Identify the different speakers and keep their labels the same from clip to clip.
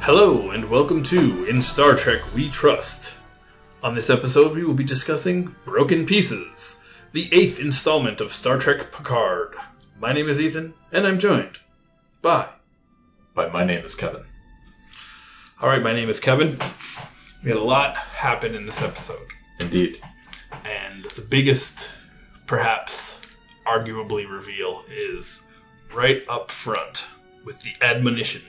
Speaker 1: Hello, and welcome to In Star Trek We Trust. On this episode, we will be discussing Broken Pieces, the eighth installment of Star Trek Picard. My name is Ethan, and I'm joined by.
Speaker 2: But my name is Kevin.
Speaker 1: All right, my name is Kevin. We had a lot happen in this episode,
Speaker 2: Indeed.
Speaker 1: and the biggest, perhaps arguably, reveal is right up front with the admonition.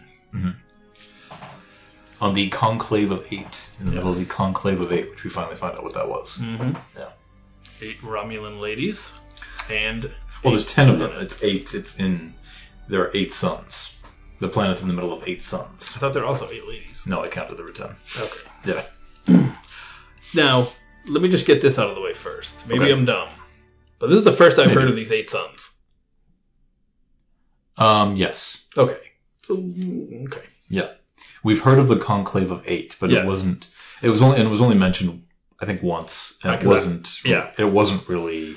Speaker 2: On the Conclave of Eight, in the middle of the
Speaker 1: Yes.
Speaker 2: Conclave of Eight, which we finally find out what that was.
Speaker 1: Mm-hmm.
Speaker 2: Yeah.
Speaker 1: Eight Romulan ladies, and
Speaker 2: Well, there's ten of them.
Speaker 1: planets.
Speaker 2: It's eight. It's in. There are eight suns. The planet's in the middle of eight suns.
Speaker 1: I thought there were also eight ladies.
Speaker 2: No, I counted there were ten.
Speaker 1: Okay.
Speaker 2: Yeah.
Speaker 1: Now, let me just get this out of the way first. Maybe
Speaker 2: Okay.
Speaker 1: I'm dumb, but this is the first I've
Speaker 2: Maybe.
Speaker 1: heard of these eight sons.
Speaker 2: Um. Yes.
Speaker 1: Okay. So mm, okay.
Speaker 2: We've heard of the Conclave of Eight, but
Speaker 1: Yes.
Speaker 2: it wasn't. It was only. It was only mentioned. I think once, and
Speaker 1: Like
Speaker 2: it
Speaker 1: that.
Speaker 2: wasn't.
Speaker 1: Yeah.
Speaker 2: It wasn't really.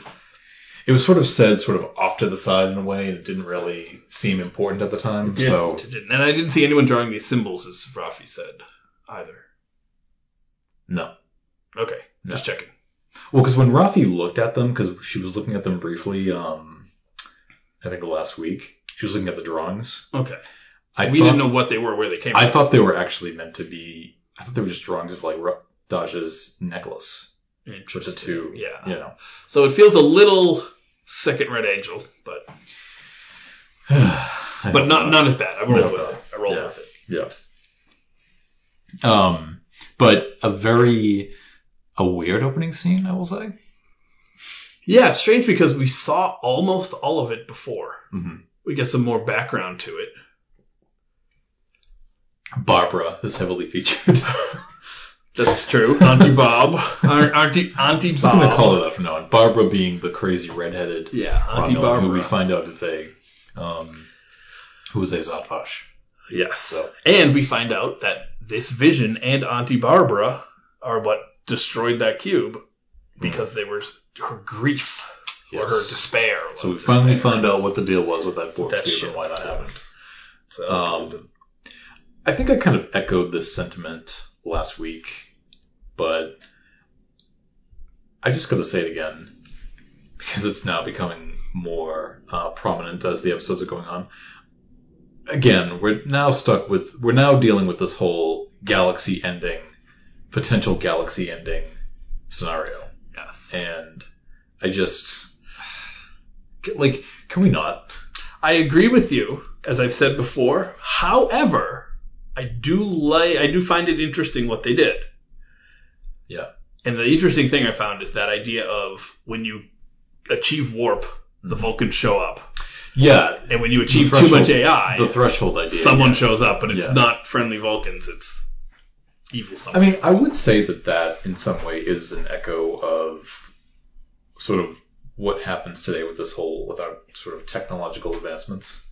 Speaker 2: It was sort of said, sort of off to the side in a way. It didn't really seem important at the time. So
Speaker 1: and I didn't see anyone drawing these symbols, as Rafi said, either.
Speaker 2: no.
Speaker 1: Okay, just checking.
Speaker 2: Well, because when Rafi looked at them, because she was looking at them briefly, um, I think last week, she was looking at the drawings.
Speaker 1: Okay,
Speaker 2: I
Speaker 1: we
Speaker 2: thought,
Speaker 1: didn't know what they were, where they came
Speaker 2: I
Speaker 1: from.
Speaker 2: thought they were actually meant to be. I thought they were just drawings of like Ra- Daja's necklace, which the
Speaker 1: Interesting.
Speaker 2: two,
Speaker 1: Yeah.
Speaker 2: you know.
Speaker 1: So it feels a little second Red Angel, but
Speaker 2: I
Speaker 1: but
Speaker 2: don't
Speaker 1: not
Speaker 2: know.
Speaker 1: not as bad. I rolled
Speaker 2: No,
Speaker 1: with
Speaker 2: no.
Speaker 1: it. I rolled
Speaker 2: Yeah.
Speaker 1: with it.
Speaker 2: Um, but a very a weird opening scene, I will say.
Speaker 1: Yeah, it's strange because we saw almost all of it before.
Speaker 2: Mhm.
Speaker 1: We get some more background to it.
Speaker 2: Barbara is heavily featured.
Speaker 1: That's true. Auntie Bob. Ar- Auntie, Auntie
Speaker 2: I'm gonna
Speaker 1: Bob.
Speaker 2: call it that from now on. Barbara being the crazy redheaded
Speaker 1: yeah, Auntie
Speaker 2: Romulan,
Speaker 1: Barbara.
Speaker 2: who we find out is a um, who is a Zatvash.
Speaker 1: yes.
Speaker 2: So-
Speaker 1: And we find out that this vision and Auntie Barbara are what destroyed that cube
Speaker 2: Hmm.
Speaker 1: because they were her grief or her despair.
Speaker 2: So we
Speaker 1: was
Speaker 2: finally
Speaker 1: despair.
Speaker 2: found out what the deal was with that fourth
Speaker 1: that
Speaker 2: cube
Speaker 1: shit.
Speaker 2: and why that happened.
Speaker 1: So that was good.
Speaker 2: Um, I think I kind of echoed this sentiment last week, but I just got to say it again because it's now becoming more uh, prominent as the episodes are going on. Again, we're now stuck with we're now dealing with this whole galaxy ending, potential galaxy ending scenario.
Speaker 1: yes.
Speaker 2: and I just like can we not?
Speaker 1: I agree with you, as I've said before. However, I do like I do find it interesting what they did.
Speaker 2: Yeah.
Speaker 1: And the interesting thing I found is that idea of when you achieve warp, the Vulcans show up,
Speaker 2: Yeah,
Speaker 1: and when you achieve too
Speaker 2: Mm-hmm. threshold-
Speaker 1: much AI,
Speaker 2: the threshold idea.
Speaker 1: someone shows up, and it's
Speaker 2: Yeah.
Speaker 1: not friendly Vulcans; it's evil
Speaker 2: I
Speaker 1: something.
Speaker 2: mean, I would say that that in some way is an echo of sort of what happens today with this whole with our sort of technological advancements.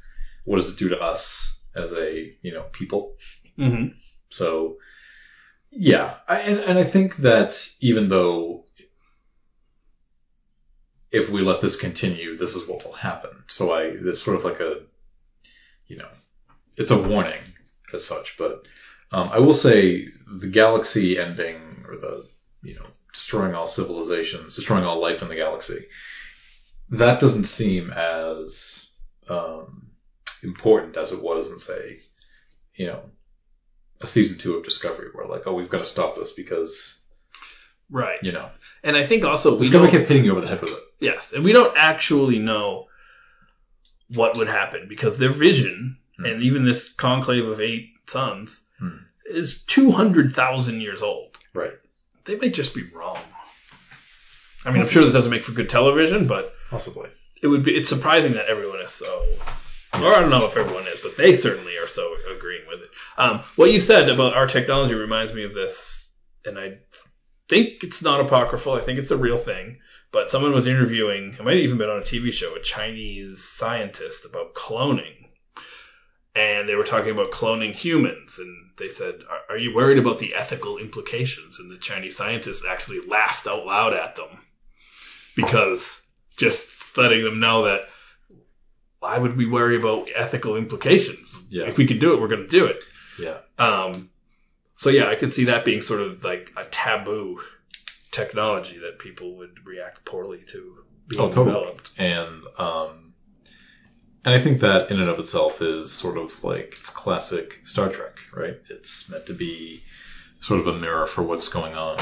Speaker 2: What does it do to us as a you know people?
Speaker 1: Mhm.
Speaker 2: So, yeah, I, and and I think that even though if we let this continue, this is what will happen. So I, there's sort of like a, you know, it's a warning as such. But um, I will say the galaxy ending or the you know destroying all civilizations, destroying all life in the galaxy, that doesn't seem as um, important as it was in say, you know, a season two of Discovery, where like, oh, we've got to stop this because
Speaker 1: Right.
Speaker 2: you know
Speaker 1: And I think also we
Speaker 2: Discovery
Speaker 1: don't,
Speaker 2: kept hitting you over the head with it.
Speaker 1: yes, and we don't actually know what would happen because their vision
Speaker 2: Hmm.
Speaker 1: and even this conclave of eight sons
Speaker 2: Hmm.
Speaker 1: is two hundred thousand years old.
Speaker 2: Right.
Speaker 1: They might just be wrong. I mean, I'm sure that doesn't make for good television, but
Speaker 2: Possibly.
Speaker 1: it would be it's surprising that everyone is so or I don't know if everyone is, but they certainly are so agreeing with it. Um, what you said about our technology reminds me of this, and I think it's not apocryphal. I think it's a real thing. But someone was interviewing, it might have even been on a TV show, a Chinese scientist about cloning, and they were talking about cloning humans, and they said, "Are, are you worried about the ethical implications?" And the Chinese scientist actually laughed out loud at them because just letting them know that why would we worry about ethical implications?
Speaker 2: Yeah.
Speaker 1: If we can do it, we're going to do it.
Speaker 2: Yeah.
Speaker 1: Um, so yeah, I could see that being sort of like a taboo technology that people would react poorly to being
Speaker 2: Oh, totally.
Speaker 1: developed.
Speaker 2: and um, and I think that in and of itself is sort of like it's classic Star Trek, right? It's meant to be sort of a mirror for what's going on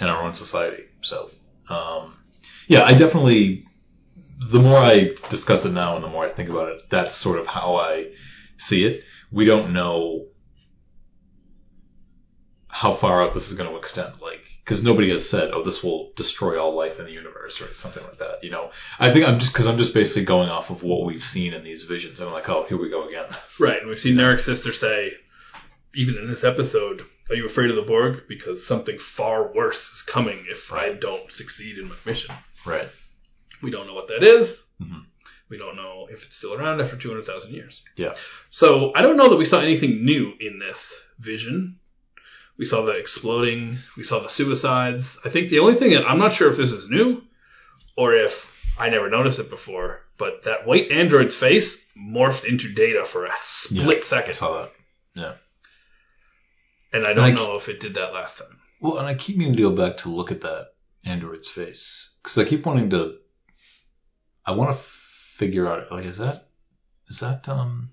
Speaker 2: in our own society. So, um, yeah, I definitely the more I discuss it now and the more I think about it, that's sort of how I see it. We don't know how far out this is going to extend, like because nobody has said, "Oh, this will destroy all life in the universe" or something like that. You know, I think I'm just because I'm just basically going off of what we've seen in these visions. I'm like, "Oh, here we go again."
Speaker 1: Right. And we've seen Eric's sister say, even in this episode, are you afraid of the Borg? Because something far worse is coming if I don't succeed in my mission.
Speaker 2: Right.
Speaker 1: We don't know what that is.
Speaker 2: Mhm.
Speaker 1: We don't know if it's still around after 200,000 years.
Speaker 2: Yeah.
Speaker 1: So I don't know that we saw anything new in this vision. We saw the exploding, we saw the suicides. I think the only thing that I'm not sure if this is new or if I never noticed it before, but that white android's face morphed into data for a split
Speaker 2: I
Speaker 1: second.
Speaker 2: saw that.
Speaker 1: And I don't
Speaker 2: Like-
Speaker 1: know if it did that last time.
Speaker 2: Well, and I keep meaning to go back to look at that android's face because I keep wanting to. I want to figure out like is that is that um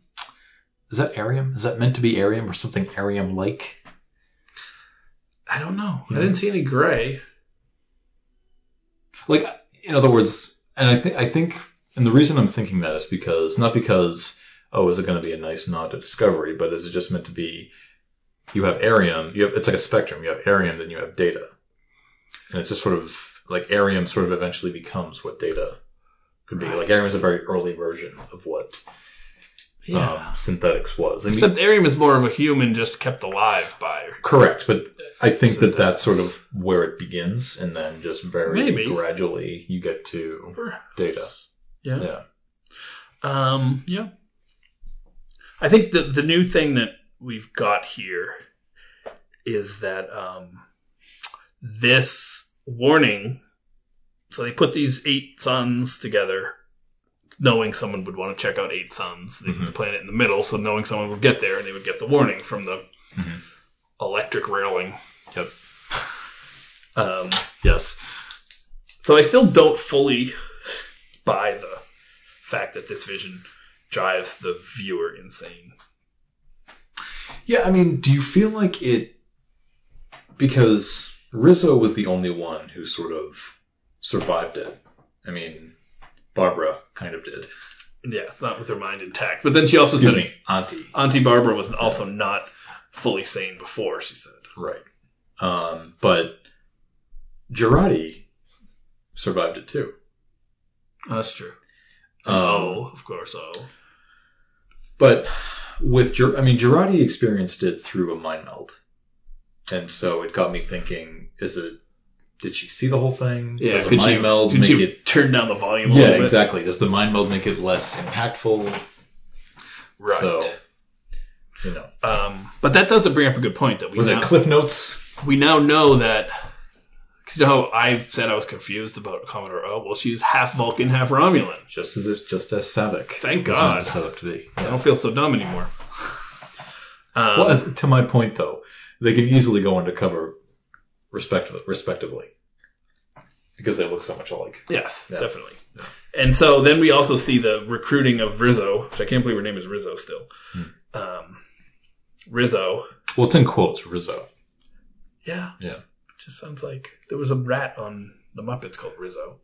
Speaker 2: is that Arium? Is that meant to be Arium or something Arium like?
Speaker 1: I don't know.
Speaker 2: Yeah.
Speaker 1: I didn't see any gray.
Speaker 2: like in other words and i think i think and the reason i'm thinking that is because not because oh is it going to be a nice nod to discovery but is it just meant to be you have arium you have it's like a spectrum you have arium then you have data and it's just sort of like arium sort of eventually becomes what data could be
Speaker 1: Right.
Speaker 2: like arium is a very early version of what um, synthetics was I mean,
Speaker 1: Except Arium is more of a human just kept alive by
Speaker 2: correct but i think that that's
Speaker 1: Synthetics.
Speaker 2: sort of where it begins and then just very
Speaker 1: Maybe.
Speaker 2: gradually you get to data
Speaker 1: Yeah.
Speaker 2: yeah
Speaker 1: Um, yeah. I think the the new thing that we've got here is that um, this warning. So they put these eight suns together, knowing someone would want to check out eight suns. They put the planet in the middle, so knowing someone would get there, and they would get the warning from the
Speaker 2: Mhm.
Speaker 1: electric railing.
Speaker 2: Yep.
Speaker 1: Um, yes. So I still don't fully buy the fact that this vision drives the viewer insane.
Speaker 2: Yeah, I mean, do you feel like it? Because Rizzo was the only one who sort of survived it. I mean, Barbara kind of did.
Speaker 1: Yeah, it's not with her mind intact. But then she also said
Speaker 2: Auntie.
Speaker 1: Auntie Barbara was also not fully sane before, she said.
Speaker 2: Right. Um, but Girardi survived it too.
Speaker 1: That's true.
Speaker 2: Um,
Speaker 1: oh, of course, oh.
Speaker 2: But with, Gir- I mean, Girardi experienced it through a mind meld, and so it got me thinking: Is it? Did she see the whole thing? Does a
Speaker 1: could
Speaker 2: mind
Speaker 1: you,
Speaker 2: meld
Speaker 1: could
Speaker 2: make
Speaker 1: you
Speaker 2: it
Speaker 1: turn down the volume a
Speaker 2: Yeah,
Speaker 1: little bit?
Speaker 2: exactly. Does the mind meld make it less impactful?
Speaker 1: Right.
Speaker 2: So, you know,
Speaker 1: Um, but that does bring up a good point that we
Speaker 2: was
Speaker 1: now,
Speaker 2: it Cliff Notes?
Speaker 1: we now know that because you know how I said I was confused about Commodore O. Well, she's half Vulcan, half Romulan.
Speaker 2: Just as it, just as Savick.
Speaker 1: Thank
Speaker 2: was
Speaker 1: God.
Speaker 2: meant to Set up to be.
Speaker 1: I
Speaker 2: Yeah.
Speaker 1: don't feel so dumb anymore. Um,
Speaker 2: Well, as, to my point though, they could easily go undercover, respectively, respectively, because they look so much alike.
Speaker 1: yes,
Speaker 2: Yeah.
Speaker 1: definitely. And so then we also see the recruiting of Rizzo, which I can't believe her name is Rizzo still. Um, Rizzo.
Speaker 2: Well, it's in quotes, Rizzo.
Speaker 1: Yeah.
Speaker 2: Yeah.
Speaker 1: It just sounds like there was a rat on the Muppets called Rizzo.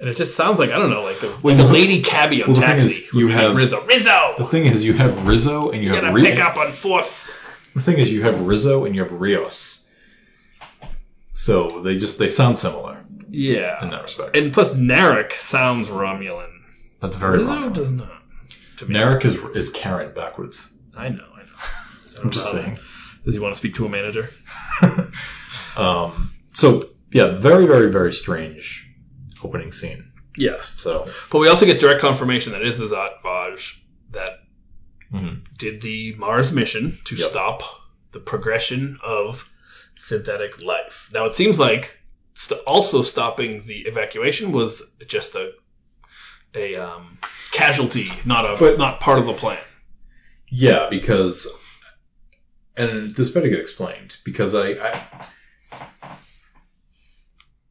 Speaker 1: And it just sounds like, I don't know, like the,
Speaker 2: Well,
Speaker 1: the
Speaker 2: the-
Speaker 1: lady cabbie on
Speaker 2: well, the thing
Speaker 1: Taxi.
Speaker 2: is,
Speaker 1: would
Speaker 2: you
Speaker 1: be like,
Speaker 2: have-
Speaker 1: Rizzo.
Speaker 2: The
Speaker 1: Rizzo!
Speaker 2: thing is, you have Rizzo and you
Speaker 1: You're
Speaker 2: have
Speaker 1: going to
Speaker 2: Ri-
Speaker 1: pick up on fourth.
Speaker 2: The thing is, you have Rizzo and you have Rios. So they just they sound similar in
Speaker 1: Yeah.
Speaker 2: that respect.
Speaker 1: And plus, Narek sounds Romulan.
Speaker 2: That's very
Speaker 1: Rizzo
Speaker 2: wrong.
Speaker 1: does not. To me.
Speaker 2: Narek is is Karen backwards.
Speaker 1: I know, I know. I don't
Speaker 2: I'm just
Speaker 1: know.
Speaker 2: saying.
Speaker 1: Does he want to speak to a manager?
Speaker 2: Um, so yeah, very very very strange opening scene.
Speaker 1: Yes.
Speaker 2: So
Speaker 1: But we also get direct confirmation that it is Azat Vaj that
Speaker 2: mhm.
Speaker 1: did the Mars mission to
Speaker 2: Yep.
Speaker 1: stop the progression of synthetic life. Now, it seems like st- also stopping the evacuation was just a a um, casualty, not a
Speaker 2: But-
Speaker 1: not part of the plan.
Speaker 2: yeah, because and this better get explained because I, I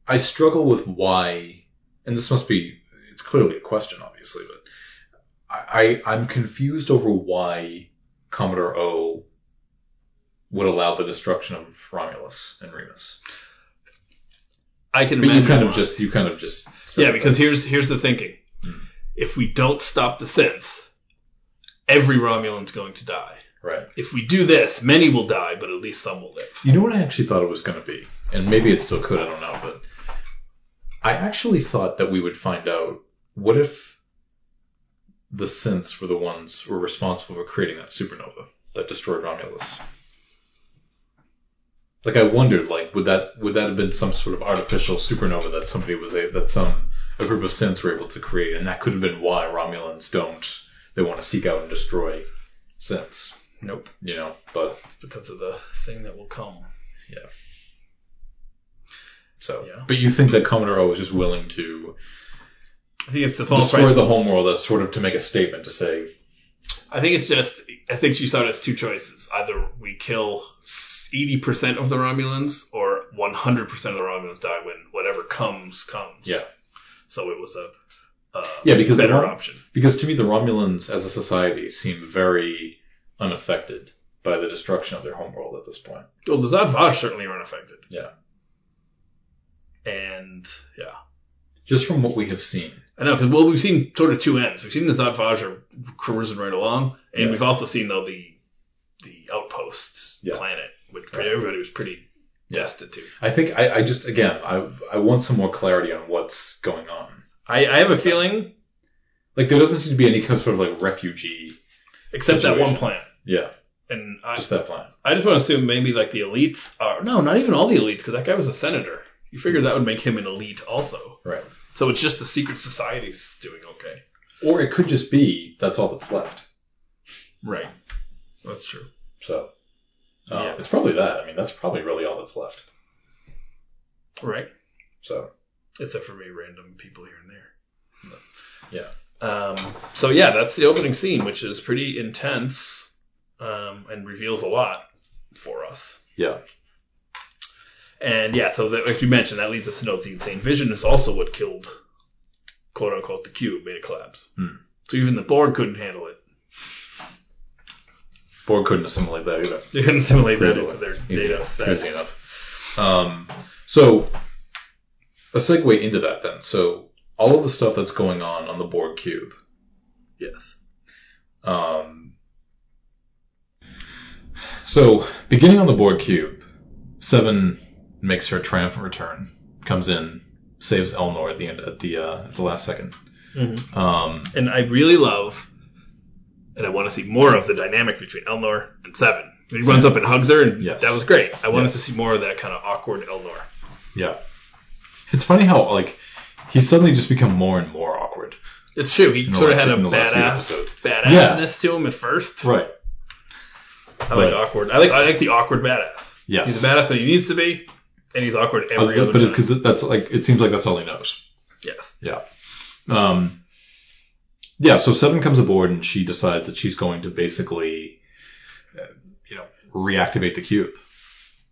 Speaker 2: I struggle with why, and this must be it's clearly a question, obviously, but I, I I'm confused over why Commodore O would allow the destruction of Romulus and Remus.
Speaker 1: I can
Speaker 2: But you
Speaker 1: imagine
Speaker 2: kind of
Speaker 1: why.
Speaker 2: just you kind of just said
Speaker 1: yeah, because
Speaker 2: that. Hmm.
Speaker 1: here's here's the thinking: if we don't stop the synths, every Romulan's going to die.
Speaker 2: right.
Speaker 1: If we do this, many will die, but at least some will live.
Speaker 2: You know what I actually thought it was going to be, and maybe it still could. I don't know, but I actually thought that we would find out what if the synths were the ones who were responsible for creating that supernova that destroyed Romulus. Like I wondered, like would that would that have been some sort of artificial supernova that somebody was a that some a group of synths were able to create, and that could have been why Romulans don't they want to seek out and destroy synths,
Speaker 1: Nope,
Speaker 2: you know? But
Speaker 1: because of the thing that will come.
Speaker 2: So,
Speaker 1: Yeah.
Speaker 2: but you think that Commodore O was just willing to
Speaker 1: I think it's the false
Speaker 2: destroy
Speaker 1: price.
Speaker 2: the whole world as sort of to make a statement to say,
Speaker 1: I think it's just. I think she saw it as two choices: either we kill eighty percent of the Romulans, or one hundred percent of the Romulans die when whatever comes comes.
Speaker 2: Yeah.
Speaker 1: So it was a. Uh,
Speaker 2: Yeah, because the
Speaker 1: better
Speaker 2: Rom-
Speaker 1: option.
Speaker 2: because to me the Romulans as a society seem very unaffected by the destruction of their homeworld at this point.
Speaker 1: Well, the Zadvash certainly were unaffected.
Speaker 2: Yeah.
Speaker 1: And yeah,
Speaker 2: Just from what we have seen,
Speaker 1: I know because well, we've seen sort of two ends. We've seen the Zadvash are cruising right along, and
Speaker 2: Yeah.
Speaker 1: we've also seen though the the outpost
Speaker 2: Yeah.
Speaker 1: planet, which
Speaker 2: Right.
Speaker 1: everybody was pretty
Speaker 2: Yeah.
Speaker 1: destitute.
Speaker 2: I think I, I just again I I want some more clarity on what's going on.
Speaker 1: I, I have a feeling,
Speaker 2: Like there doesn't seem to be any kind of sort of like refugee.
Speaker 1: except that one
Speaker 2: Situation.
Speaker 1: planet,
Speaker 2: Yeah,
Speaker 1: and I
Speaker 2: just that plan.
Speaker 1: I just want to assume maybe like the elites are no, not even all the elites because that guy was a senator. You figure that would make him an elite also.
Speaker 2: Right.
Speaker 1: So it's just the secret societies doing okay.
Speaker 2: Or it could just be that's all that's left.
Speaker 1: Right. That's true.
Speaker 2: So um,
Speaker 1: Yes.
Speaker 2: it's probably that. I mean, that's probably really all that's left.
Speaker 1: Right.
Speaker 2: So
Speaker 1: except for maybe random people here and there.
Speaker 2: Yeah.
Speaker 1: Um, so yeah, that's the opening scene, which is pretty intense um, and reveals a lot for us.
Speaker 2: yeah.
Speaker 1: And yeah, so that, as you mentioned, that leads us to know that the insane vision is also what killed, quote unquote, the cube, made it collapse.
Speaker 2: Hmm.
Speaker 1: So even the Borg couldn't handle it.
Speaker 2: Borg couldn't assimilate that either.
Speaker 1: They couldn't assimilate that
Speaker 2: Crazy.
Speaker 1: into their
Speaker 2: Easy
Speaker 1: data
Speaker 2: enough.
Speaker 1: stack.
Speaker 2: Easy enough. Um, so, a segue into that then. So, all of the stuff that's going on on the Borg cube.
Speaker 1: Yes.
Speaker 2: Um, so, beginning on the Borg cube, Seven makes her triumphant return, comes in, saves Elnor at the end at the uh, at the last second. Um,
Speaker 1: And I really love, and I want to see more of the dynamic between Elnor and Seven. He runs up and hugs her, and
Speaker 2: Yes.
Speaker 1: that was great. I wanted
Speaker 2: Yes.
Speaker 1: to see more of that kind of awkward Elnor.
Speaker 2: yeah, it's funny how like he's suddenly just become more and more awkward.
Speaker 1: It's true. He
Speaker 2: the
Speaker 1: sort of
Speaker 2: last
Speaker 1: had a
Speaker 2: few- in the last few
Speaker 1: badass
Speaker 2: episodes.
Speaker 1: badassness to him at first.
Speaker 2: Right.
Speaker 1: I like
Speaker 2: Right.
Speaker 1: awkward. I like I like the awkward badass.
Speaker 2: Yes.
Speaker 1: He's a badass when he needs to be, and he's awkward every
Speaker 2: Uh,
Speaker 1: other
Speaker 2: but it's
Speaker 1: time.
Speaker 2: because that's like it seems like that's all he knows.
Speaker 1: yes.
Speaker 2: Yeah. Um, yeah. So Seven comes aboard and she decides that she's going to basically, uh, you know, reactivate the cube.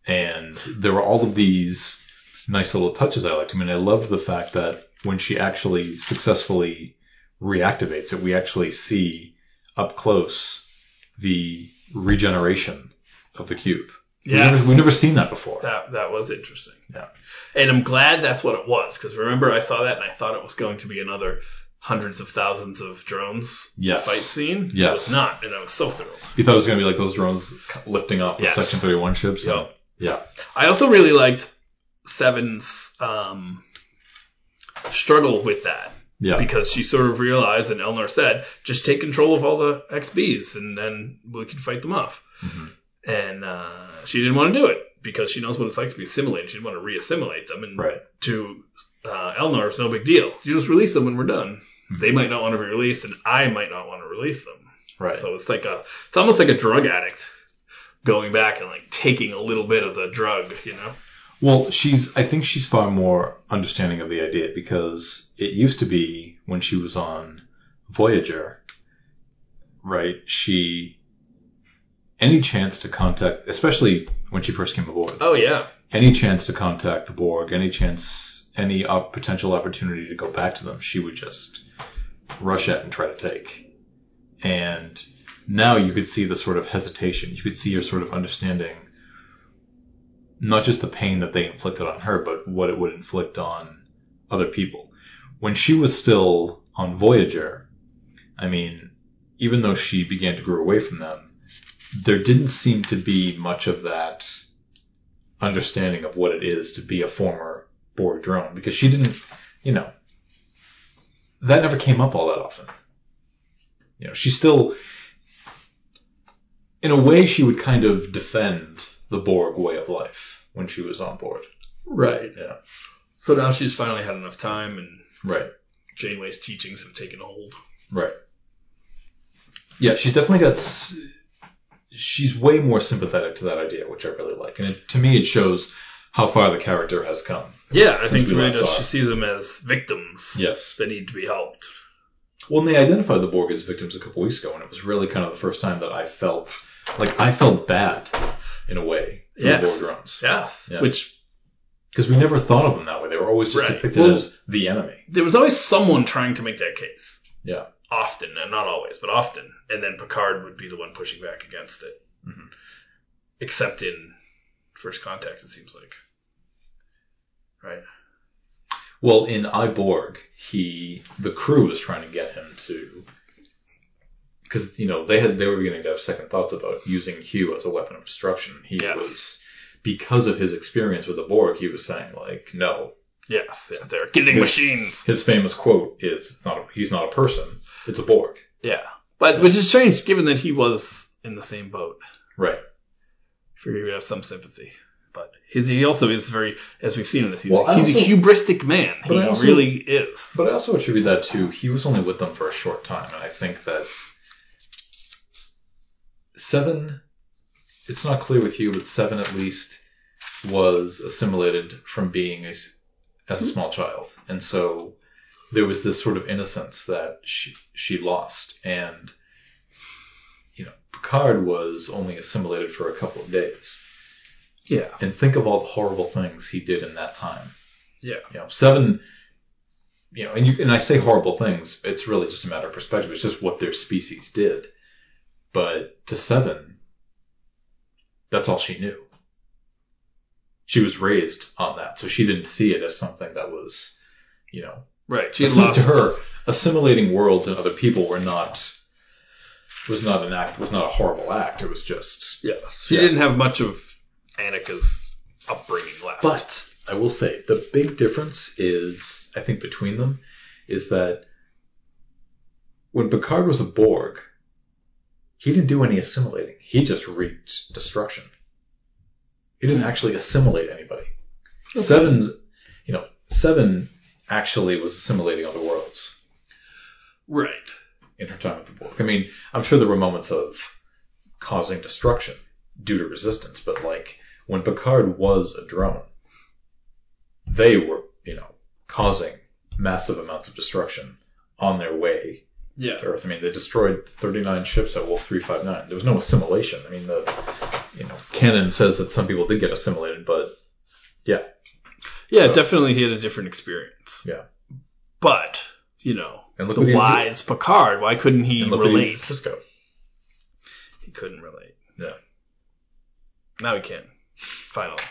Speaker 2: And there were all of these nice little touches I liked. I mean, I loved the fact that when she actually successfully reactivates it, we actually see up close the regeneration of the cube. We've never-
Speaker 1: Yes.
Speaker 2: We've never seen that before.
Speaker 1: That that was interesting.
Speaker 2: Yeah.
Speaker 1: And I'm glad that's what it was because remember I saw that and I thought it was going to be another hundreds of thousands of drones
Speaker 2: Yes.
Speaker 1: fight scene. It
Speaker 2: Yes.
Speaker 1: was not, and I was so thrilled.
Speaker 2: You thought it was going to be like those drones lifting off the
Speaker 1: Yes.
Speaker 2: Section 31 ships?
Speaker 1: Yeah.
Speaker 2: Yeah.
Speaker 1: I also really liked Seven's um, struggle with that
Speaker 2: Yeah.
Speaker 1: because she sort of realized, and Elnor said, just take control of all the XBs and then we can fight them off.
Speaker 2: Mhm.
Speaker 1: And uh, she didn't want to do it because she knows what it's like to be assimilated. She didn't want to reassimilate them. And
Speaker 2: Right.
Speaker 1: to uh, Elnor, it's no big deal. You just release them when we're done.
Speaker 2: Mhm.
Speaker 1: They might not want to be released, and I might not want to release them.
Speaker 2: Right.
Speaker 1: So it's like a, it's almost like a drug addict going back and like taking a little bit of the drug, you know?
Speaker 2: Well, she's. I think she's far more understanding of the idea because it used to be when she was on Voyager, right? She any chance to contact, especially when she first came aboard,
Speaker 1: Oh yeah,
Speaker 2: any chance to contact the Borg, any chance, any op- potential opportunity to go back to them, she would just rush at and try to take. And now you could see the sort of hesitation. You could see her sort of understanding not just the pain that they inflicted on her, but what it would inflict on other people. When she was still on Voyager, I mean, even though she began to grow away from them, there didn't seem to be much of that understanding of what it is to be a former Borg drone because she didn't, you know, that never came up all that often. You know, she still, in a way, she would kind of defend the Borg way of life when she was on board.
Speaker 1: right.
Speaker 2: Yeah.
Speaker 1: So now she's finally had enough time, and
Speaker 2: Right.
Speaker 1: Janeway's teachings have taken hold.
Speaker 2: Right. Yeah, she's definitely got. s- She's way more sympathetic to that idea, which I really like, and it, to me, it shows how far the character has come.
Speaker 1: Yeah, I
Speaker 2: Since
Speaker 1: think
Speaker 2: we
Speaker 1: really
Speaker 2: last
Speaker 1: does.
Speaker 2: saw
Speaker 1: She
Speaker 2: it.
Speaker 1: sees them as victims
Speaker 2: Yes.
Speaker 1: that need to be helped.
Speaker 2: Well, and they identified the Borg as victims a couple weeks ago, and it was really kind of the first time that I felt like I felt bad in a way for
Speaker 1: Yes.
Speaker 2: the Borg drones
Speaker 1: Yes,
Speaker 2: Yeah.
Speaker 1: which
Speaker 2: because we never thought of them that way. They were always just
Speaker 1: Right.
Speaker 2: depicted
Speaker 1: Well-
Speaker 2: as the enemy.
Speaker 1: there was always someone trying to make that case.
Speaker 2: Yeah.
Speaker 1: Often, and not always, but often, and then Picard would be the one pushing back against it.
Speaker 2: Mhm.
Speaker 1: Except in First Contact, it seems like. Right.
Speaker 2: Well, in I Borg, he the crew was trying to get him to because you know they had they were beginning to have second thoughts about using Hugh as a weapon of destruction. He
Speaker 1: Yes.
Speaker 2: was because of his experience with the Borg, he was saying like, no,
Speaker 1: Yes, yeah, they're killing
Speaker 2: Yes.
Speaker 1: machines.
Speaker 2: his famous quote is it's not a, he's not a person it's a borg
Speaker 1: Yeah, but which is strange given that he was in the same boat.
Speaker 2: right
Speaker 1: figure he would have some sympathy. But he's, he also is very, as we've seen in this, he's,
Speaker 2: Well, I
Speaker 1: he's
Speaker 2: also-
Speaker 1: a hubristic man.
Speaker 2: But
Speaker 1: He
Speaker 2: I also-
Speaker 1: really is.
Speaker 2: but i also attribute that to he was only with them for a short time and i think that seven it's not clear with you but seven at least was assimilated from being a s as a
Speaker 1: Mm-hmm.
Speaker 2: small child and so there was this sort of innocence that she, she lost and you know picard was only assimilated for a couple of days
Speaker 1: Yeah.
Speaker 2: and think of all the horrible things he did in that time.
Speaker 1: Yeah.
Speaker 2: You know, seven. You know, and you and I say horrible things. It's really just a matter of perspective. It's just what their species did. But to seven, that's all she knew. She was raised on that, so she didn't see it as something that was, you know,
Speaker 1: Right. She
Speaker 2: Assi-
Speaker 1: lost.
Speaker 2: to her assimilating worlds and other people were not was not an act was not a horrible act. It was just
Speaker 1: Yeah. She
Speaker 2: Yeah.
Speaker 1: didn't have much of Annika's upbringing left.
Speaker 2: But I will say the big difference is, I think, between them is that when Picard was a Borg, he didn't do any assimilating. He just reaped destruction. He didn't actually assimilate anybody.
Speaker 1: Okay.
Speaker 2: Seven's, you know, Seven actually was assimilating other worlds
Speaker 1: right.
Speaker 2: in her time with the Borg. I mean, I'm sure there were moments of causing destruction due to resistance, but like when Picard was a drone, they were, you know, causing massive amounts of destruction on their way
Speaker 1: Yeah.
Speaker 2: to Earth. I mean, they destroyed 39 ships at Wolf 359. There was no assimilation. I mean, the, you know, canon says that some people did get assimilated, but
Speaker 1: Yeah.
Speaker 2: So-
Speaker 1: Definitely, he had a different experience.
Speaker 2: Yeah.
Speaker 1: But you know,
Speaker 2: and look
Speaker 1: the
Speaker 2: what he did-
Speaker 1: wise Picard. Why couldn't he
Speaker 2: and look what he did to
Speaker 1: relate?
Speaker 2: Cisco.
Speaker 1: He couldn't relate.
Speaker 2: Yeah.
Speaker 1: Now he can. Finally.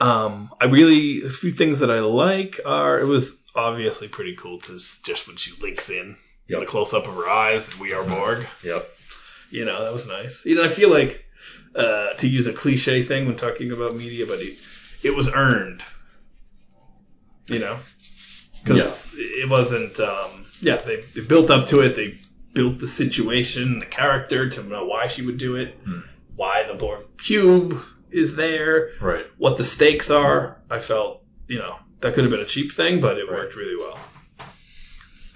Speaker 1: Um, I really a few things that I like are it was obviously pretty cool to s- just when she links in
Speaker 2: Yep.
Speaker 1: the close up of her eyes and we are Borg.
Speaker 2: Yep.
Speaker 1: You know that was nice. You know I feel like uh, to use a cliche thing when talking about media, but it, it was earned. You know, because it wasn't. Um, yeah, they, they built up to it. They built the situation, the character to know why she would do it,
Speaker 2: Hmm.
Speaker 1: why the Borg cube is there,
Speaker 2: Right.
Speaker 1: what the stakes are. I felt, you know, that could have been a cheap thing, but it
Speaker 2: Right.
Speaker 1: worked really well.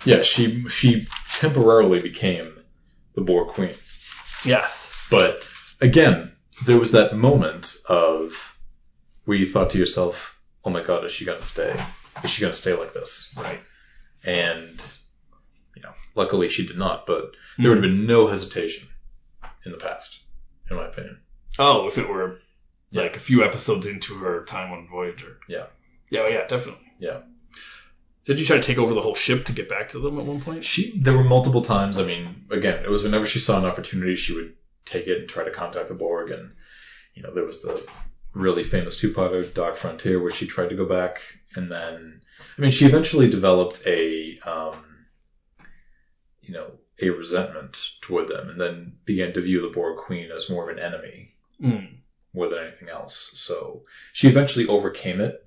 Speaker 2: Yeah, she she temporarily became the Borg queen.
Speaker 1: Yes.
Speaker 2: But again, there was that moment of where you thought to yourself, "Oh my God, is she gonna stay? Is she gonna stay like this?"
Speaker 1: Right.
Speaker 2: And you know, luckily she did not. But there would have been no hesitation in the past, in my opinion.
Speaker 1: Oh, if it were like a few episodes into her time on Voyager.
Speaker 2: Yeah.
Speaker 1: Yeah, oh, yeah, definitely.
Speaker 2: Yeah.
Speaker 1: Did you try to take over the whole ship to get back to them at one point?
Speaker 2: She there were multiple times. I mean, again, it was whenever she saw an opportunity, she would take it and try to contact the Borg. And you know, there was the really famous two-parter Dark Frontier, where she tried to go back, and then I mean, she eventually developed a um, you know a resentment toward them, and then began to view the Borg Queen as more of an enemy
Speaker 1: Mm.
Speaker 2: more than anything else. So she eventually overcame it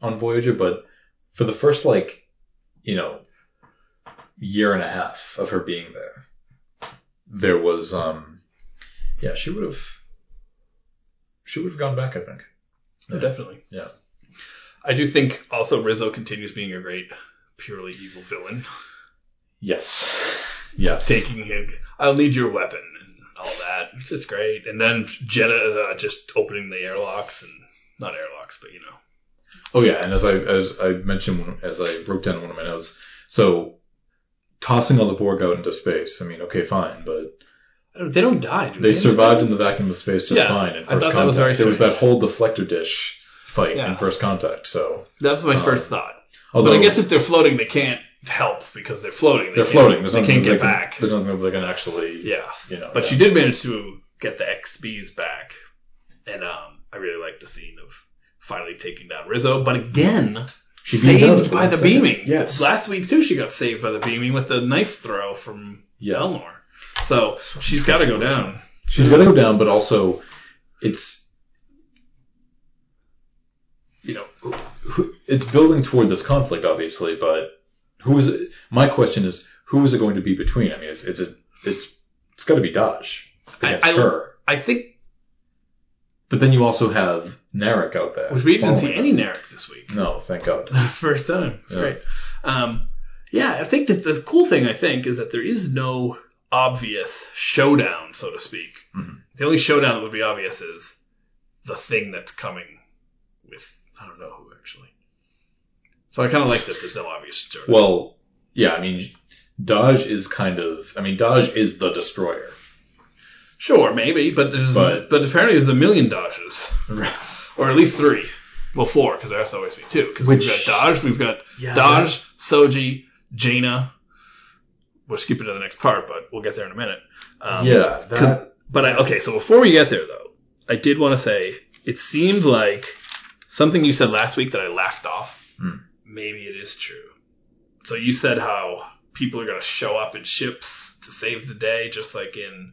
Speaker 2: on Voyager, but for the first like, you know, year and a half of her being there, there was um yeah, she would have she would have gone back, I think.
Speaker 1: Oh, definitely.
Speaker 2: Yeah.
Speaker 1: I do think also Rizzo continues being a great purely evil villain,
Speaker 2: Yes. Yes.
Speaker 1: taking him. I'll need your weapon and all that. It's just great. And then Jenna uh, just opening the airlocks and not airlocks, but you know.
Speaker 2: Oh yeah, and as I as I mentioned when- as I wrote down one of my notes, so tossing all the Borg out into space. I mean, okay, fine, but
Speaker 1: I don't- They don't die. do
Speaker 2: They survived in the
Speaker 1: Survive?
Speaker 2: vacuum of space just
Speaker 1: Yeah,
Speaker 2: fine in
Speaker 1: I thought
Speaker 2: first
Speaker 1: that was
Speaker 2: contact.
Speaker 1: very
Speaker 2: there was
Speaker 1: strange.
Speaker 2: that whole deflector dish fight
Speaker 1: Yeah.
Speaker 2: in first contact. So,
Speaker 1: That's my
Speaker 2: Um,
Speaker 1: first thought.
Speaker 2: although
Speaker 1: but I guess if they're floating, they can't help because they're floating. They
Speaker 2: they're
Speaker 1: can't-
Speaker 2: floating, there's
Speaker 1: They
Speaker 2: nothing
Speaker 1: can't
Speaker 2: they
Speaker 1: get
Speaker 2: can-
Speaker 1: back.
Speaker 2: There's nothing they can actually.
Speaker 1: Yes.
Speaker 2: You know,
Speaker 1: but
Speaker 2: yeah.
Speaker 1: she did manage to get the XBs back. And um, I really like the scene of finally taking down Rizzo. But again,
Speaker 2: She beamed out at
Speaker 1: saved
Speaker 2: the
Speaker 1: by
Speaker 2: last
Speaker 1: the
Speaker 2: second.
Speaker 1: beaming.
Speaker 2: Yes.
Speaker 1: Last week, too, she got saved by the beaming with the knife throw from
Speaker 2: Yeah.
Speaker 1: Elnor. So she's got to go down.
Speaker 2: She's gonna go down, but also, it's you know, who- it's building toward this conflict, obviously. But who is it? My question is, who is it going to be between? I mean, it's it's a, it's it's got to be Dodge
Speaker 1: I-
Speaker 2: against
Speaker 1: I-
Speaker 2: her.
Speaker 1: I think
Speaker 2: But then you also have Narek out there.
Speaker 1: we didn't see
Speaker 2: following
Speaker 1: any
Speaker 2: her.
Speaker 1: Narek this week.
Speaker 2: No, thank God.
Speaker 1: the first time. It's
Speaker 2: Yeah.
Speaker 1: great. Um, yeah, I think that the cool thing I think is that there is no obvious showdown, so to speak.
Speaker 2: Mhm.
Speaker 1: The only showdown that would be obvious is the thing that's coming with I don't know who actually. So I kind of like that. There's no obvious showdown.
Speaker 2: Well, yeah, I mean, Dodge is kind of. I mean, Dodge is the destroyer.
Speaker 1: sure, maybe, but there's but,
Speaker 2: But-
Speaker 1: apparently there's a million dodges, or at least three. Well, four because there has to always be two. Because we've got
Speaker 2: Which-
Speaker 1: Dodge, we've got
Speaker 2: Yeah,
Speaker 1: Dodge, Soji, Jaina. We're skipping to the next part, but we'll get there in a minute. Um,
Speaker 2: yeah,
Speaker 1: Cause-
Speaker 2: that,
Speaker 1: But I, okay, so before we get there, though, I did want to say it seemed like something you said last week that I laughed off.
Speaker 2: Hmm.
Speaker 1: Maybe it is true. So you said how people are going to show up in ships to save the day, just like in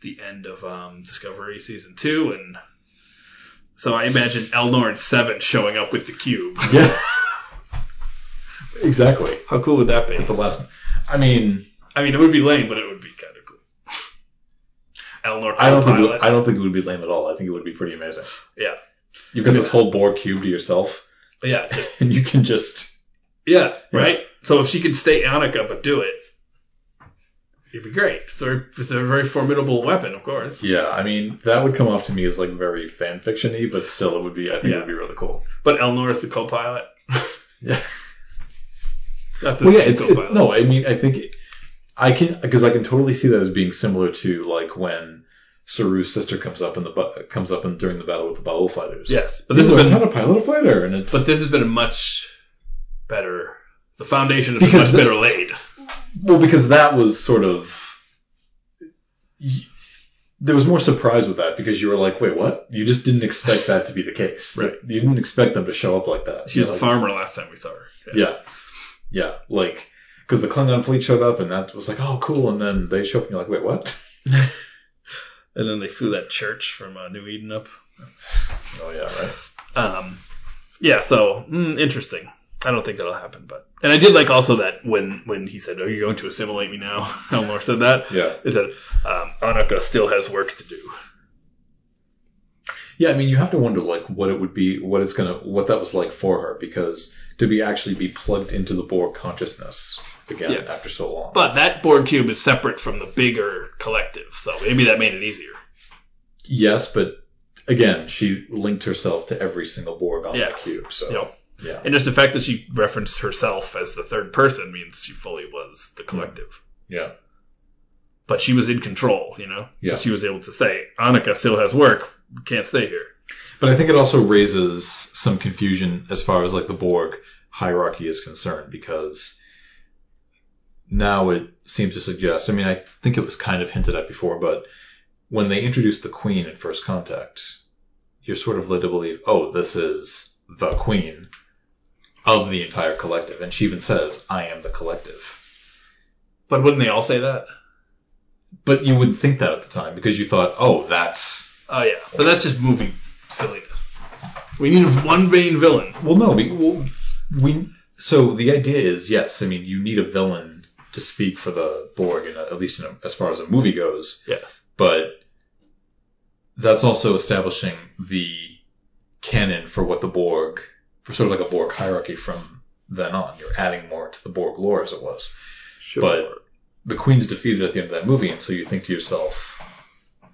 Speaker 1: the end of um, Discovery season two, and so I imagine Elnor and Seven showing up with the cube.
Speaker 2: yeah, exactly.
Speaker 1: How cool would that be?
Speaker 2: At the last, I mean,
Speaker 1: I mean, it would be lame, but it would be kind of cool. Elnor
Speaker 2: I don't think it
Speaker 1: Copilot.
Speaker 2: would, I don't think it would be lame at all. I think it would be pretty amazing.
Speaker 1: Yeah.
Speaker 2: you've got this whole Borg cube to yourself,
Speaker 1: yeah, just,
Speaker 2: and you can just.
Speaker 1: yeah, right. So if she could stay Annika but do it, it'd be great. So it's a very formidable weapon, of course.
Speaker 2: Yeah, I mean, that would come off to me as like very fan fictiony, but still, it would be. I think it
Speaker 1: Yeah.
Speaker 2: would be really cool.
Speaker 1: But Elnor is the co-pilot.
Speaker 2: Yeah.
Speaker 1: Not the
Speaker 2: well, yeah, it's it-
Speaker 1: co-pilot.
Speaker 2: no. I mean, I think it- I can because I can totally see that as being similar to like when Saru's sister comes up in the bu- comes up in, during the battle with the Baal fighters.
Speaker 1: yes, but
Speaker 2: but
Speaker 1: this has been
Speaker 2: not a pilot, a fighter, and it's
Speaker 1: but this has been a much better. The foundation has been much
Speaker 2: Because the-
Speaker 1: better laid.
Speaker 2: well because that was sort of y- there was more surprise with that because you were like, wait, what? You just didn't expect that to be the case.
Speaker 1: Right.
Speaker 2: You didn't expect them to show up like that.
Speaker 1: She was
Speaker 2: You
Speaker 1: a
Speaker 2: know,
Speaker 1: farmer last time we saw her.
Speaker 2: Yeah. Yeah. Like, because the Klingon fleet showed up and that was like, oh, cool. And then they show up and you're like, wait, what?
Speaker 1: and then they flew that church from uh, New Eden up.
Speaker 2: Oh, yeah, right.
Speaker 1: Um, yeah, so mm, interesting. I don't think that'll happen, but and I did like also that when when he said, "Are you going to assimilate me now?" Elnor said that.
Speaker 2: Yeah.
Speaker 1: He said, um, "Annika still has work to do."
Speaker 2: Yeah, I mean, you have to wonder like what it would be, what it's gonna, what that was like for her, because to be actually be plugged into the Borg consciousness again
Speaker 1: Yes.
Speaker 2: after so long.
Speaker 1: But that board cube is separate from the bigger collective, so maybe that made it easier.
Speaker 2: yes, but again, she linked herself to every single Borg on
Speaker 1: Yes.
Speaker 2: the cube. So
Speaker 1: You know,
Speaker 2: yeah,
Speaker 1: and just the fact that she referenced herself as the third person means she fully was the collective.
Speaker 2: yeah,
Speaker 1: but she was in control, you know?
Speaker 2: Yeah.
Speaker 1: She was able to say, Annika still has work, can't stay here.
Speaker 2: But I think it also raises some confusion as far as like the Borg hierarchy is concerned because now it seems to suggest. I mean, I think it was kind of hinted at before, but when they introduced the Queen in First Contact, you're sort of led to believe, oh, this is the Queen of the entire collective, and she even says, "I am the collective."
Speaker 1: But wouldn't they all say that?
Speaker 2: But you wouldn't think that at the time because you thought, oh, that's
Speaker 1: Oh, yeah. But that's just movie silliness. We need one vain villain.
Speaker 2: Well, no, we, well, we. So the idea is, yes, I mean, you need a villain to speak for the Borg, and at least in a, as far as a movie goes.
Speaker 1: Yes.
Speaker 2: But that's also establishing the canon for what the Borg, for sort of like a Borg hierarchy from then on. You're adding more to the Borg lore as it was.
Speaker 1: Sure.
Speaker 2: But- The Queen's defeated at the end of that movie, and so you think to yourself,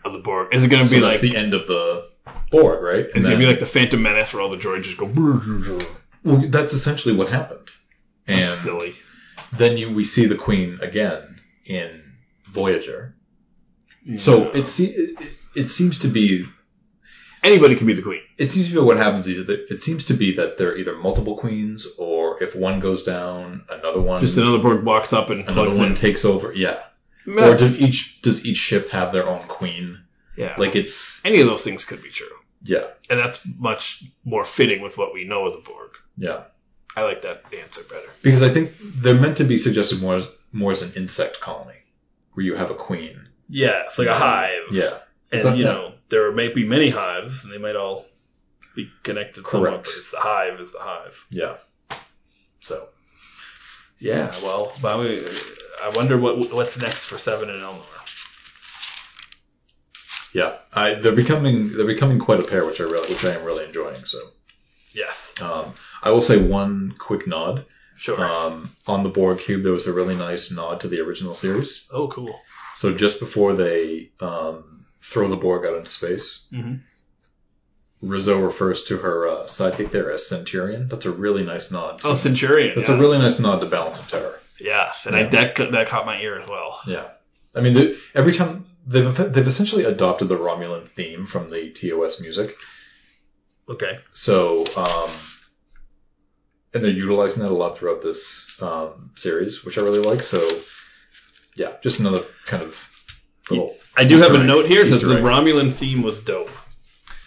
Speaker 1: of the Borg. Is it going to
Speaker 2: so
Speaker 1: be
Speaker 2: that's
Speaker 1: like
Speaker 2: the end of the Borg, right?
Speaker 1: It's
Speaker 2: And
Speaker 1: gonna
Speaker 2: then-
Speaker 1: be like the Phantom Menace where all the droids just go. "Brr, brr, brr."
Speaker 2: well, that's essentially what happened. And
Speaker 1: That's silly.
Speaker 2: then you we see the queen again in Voyager. So
Speaker 1: Yeah.
Speaker 2: it, se- it it- it seems to be
Speaker 1: anybody can be the queen.
Speaker 2: it seems to be what happens is that it seems to be that there are either multiple queens or if one goes down, another one
Speaker 1: Just another Borg walks up and
Speaker 2: another
Speaker 1: plugs
Speaker 2: one
Speaker 1: in.
Speaker 2: takes over. Yeah.
Speaker 1: Meh.
Speaker 2: Or does each does each ship have their own queen?
Speaker 1: yeah, like
Speaker 2: Like it's
Speaker 1: any of those things could be true,
Speaker 2: yeah
Speaker 1: and that's much more fitting with what we know of the Borg.
Speaker 2: yeah
Speaker 1: I like that answer better.
Speaker 2: because I think they're meant to be suggested more as, more as an insect colony where you have a queen.
Speaker 1: Yeah, it's like a hive.
Speaker 2: Yeah.
Speaker 1: and
Speaker 2: It's a-
Speaker 1: you
Speaker 2: yeah.
Speaker 1: know there may be many hives, and they might all be connected somewhat,
Speaker 2: Correct.
Speaker 1: but it's the hive is the hive.
Speaker 2: Yeah. So
Speaker 1: Yeah, well, but we- I wonder what what's next for Seven and Elnor.
Speaker 2: Yeah, I, they're becoming they're becoming quite a pair, which I really, which I am really enjoying. So,
Speaker 1: Yes,
Speaker 2: um, I will say one quick nod
Speaker 1: sure.
Speaker 2: um, on the Borg cube. There was a really nice nod to the original series.
Speaker 1: oh, cool.
Speaker 2: So just before they um, throw the Borg out into space,
Speaker 1: Mhm.
Speaker 2: Rizzo refers to her uh, sidekick there as Centurion. That's a really nice nod.
Speaker 1: Oh, Centurion.
Speaker 2: That's
Speaker 1: yeah.
Speaker 2: a really nice nod to Balance of Terror.
Speaker 1: Yes, and I,
Speaker 2: Yeah.
Speaker 1: that ca- that caught my ear as well.
Speaker 2: Yeah, I mean the, every time they've they've essentially adopted the Romulan theme from the TOS music.
Speaker 1: Okay.
Speaker 2: So, um, and they're utilizing that a lot throughout this um, series, which I really like. So, yeah, just another kind of little.
Speaker 1: I do
Speaker 2: Easter
Speaker 1: have a
Speaker 2: egg.
Speaker 1: note here that says
Speaker 2: Easter
Speaker 1: the
Speaker 2: egg.
Speaker 1: Romulan theme was dope.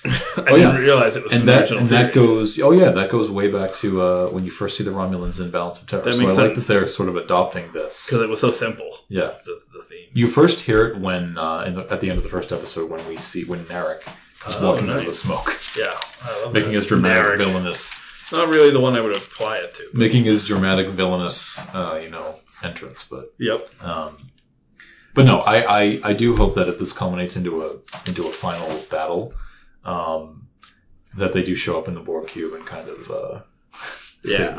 Speaker 1: I didn't
Speaker 2: yeah.
Speaker 1: realize it was from
Speaker 2: And
Speaker 1: the
Speaker 2: that,
Speaker 1: original
Speaker 2: and that
Speaker 1: series.
Speaker 2: goes, oh yeah, that goes way back to uh, when you first see the Romulans in Balance of Terror.
Speaker 1: That
Speaker 2: so
Speaker 1: makes
Speaker 2: I like that
Speaker 1: sense.
Speaker 2: they're sort of adopting this.
Speaker 1: because it was so simple.
Speaker 2: Yeah,
Speaker 1: The, the theme.
Speaker 2: you first hear it when uh, in the, at the end of the first episode when we see when Narek is
Speaker 1: Oh,
Speaker 2: walking out of the
Speaker 1: nice.
Speaker 2: smoke,
Speaker 1: Yeah, I love
Speaker 2: making
Speaker 1: that.
Speaker 2: his dramatic
Speaker 1: Narrative.
Speaker 2: villainous,
Speaker 1: It's Not really the one I would apply it to.
Speaker 2: making his dramatic villainous, uh, you know, entrance, but.
Speaker 1: Yep.
Speaker 2: Um, but no, I, I, I do hope that if this culminates into a into a final battle, um, that they do show up in the Borg cube and kind of uh,
Speaker 1: Yeah.
Speaker 2: save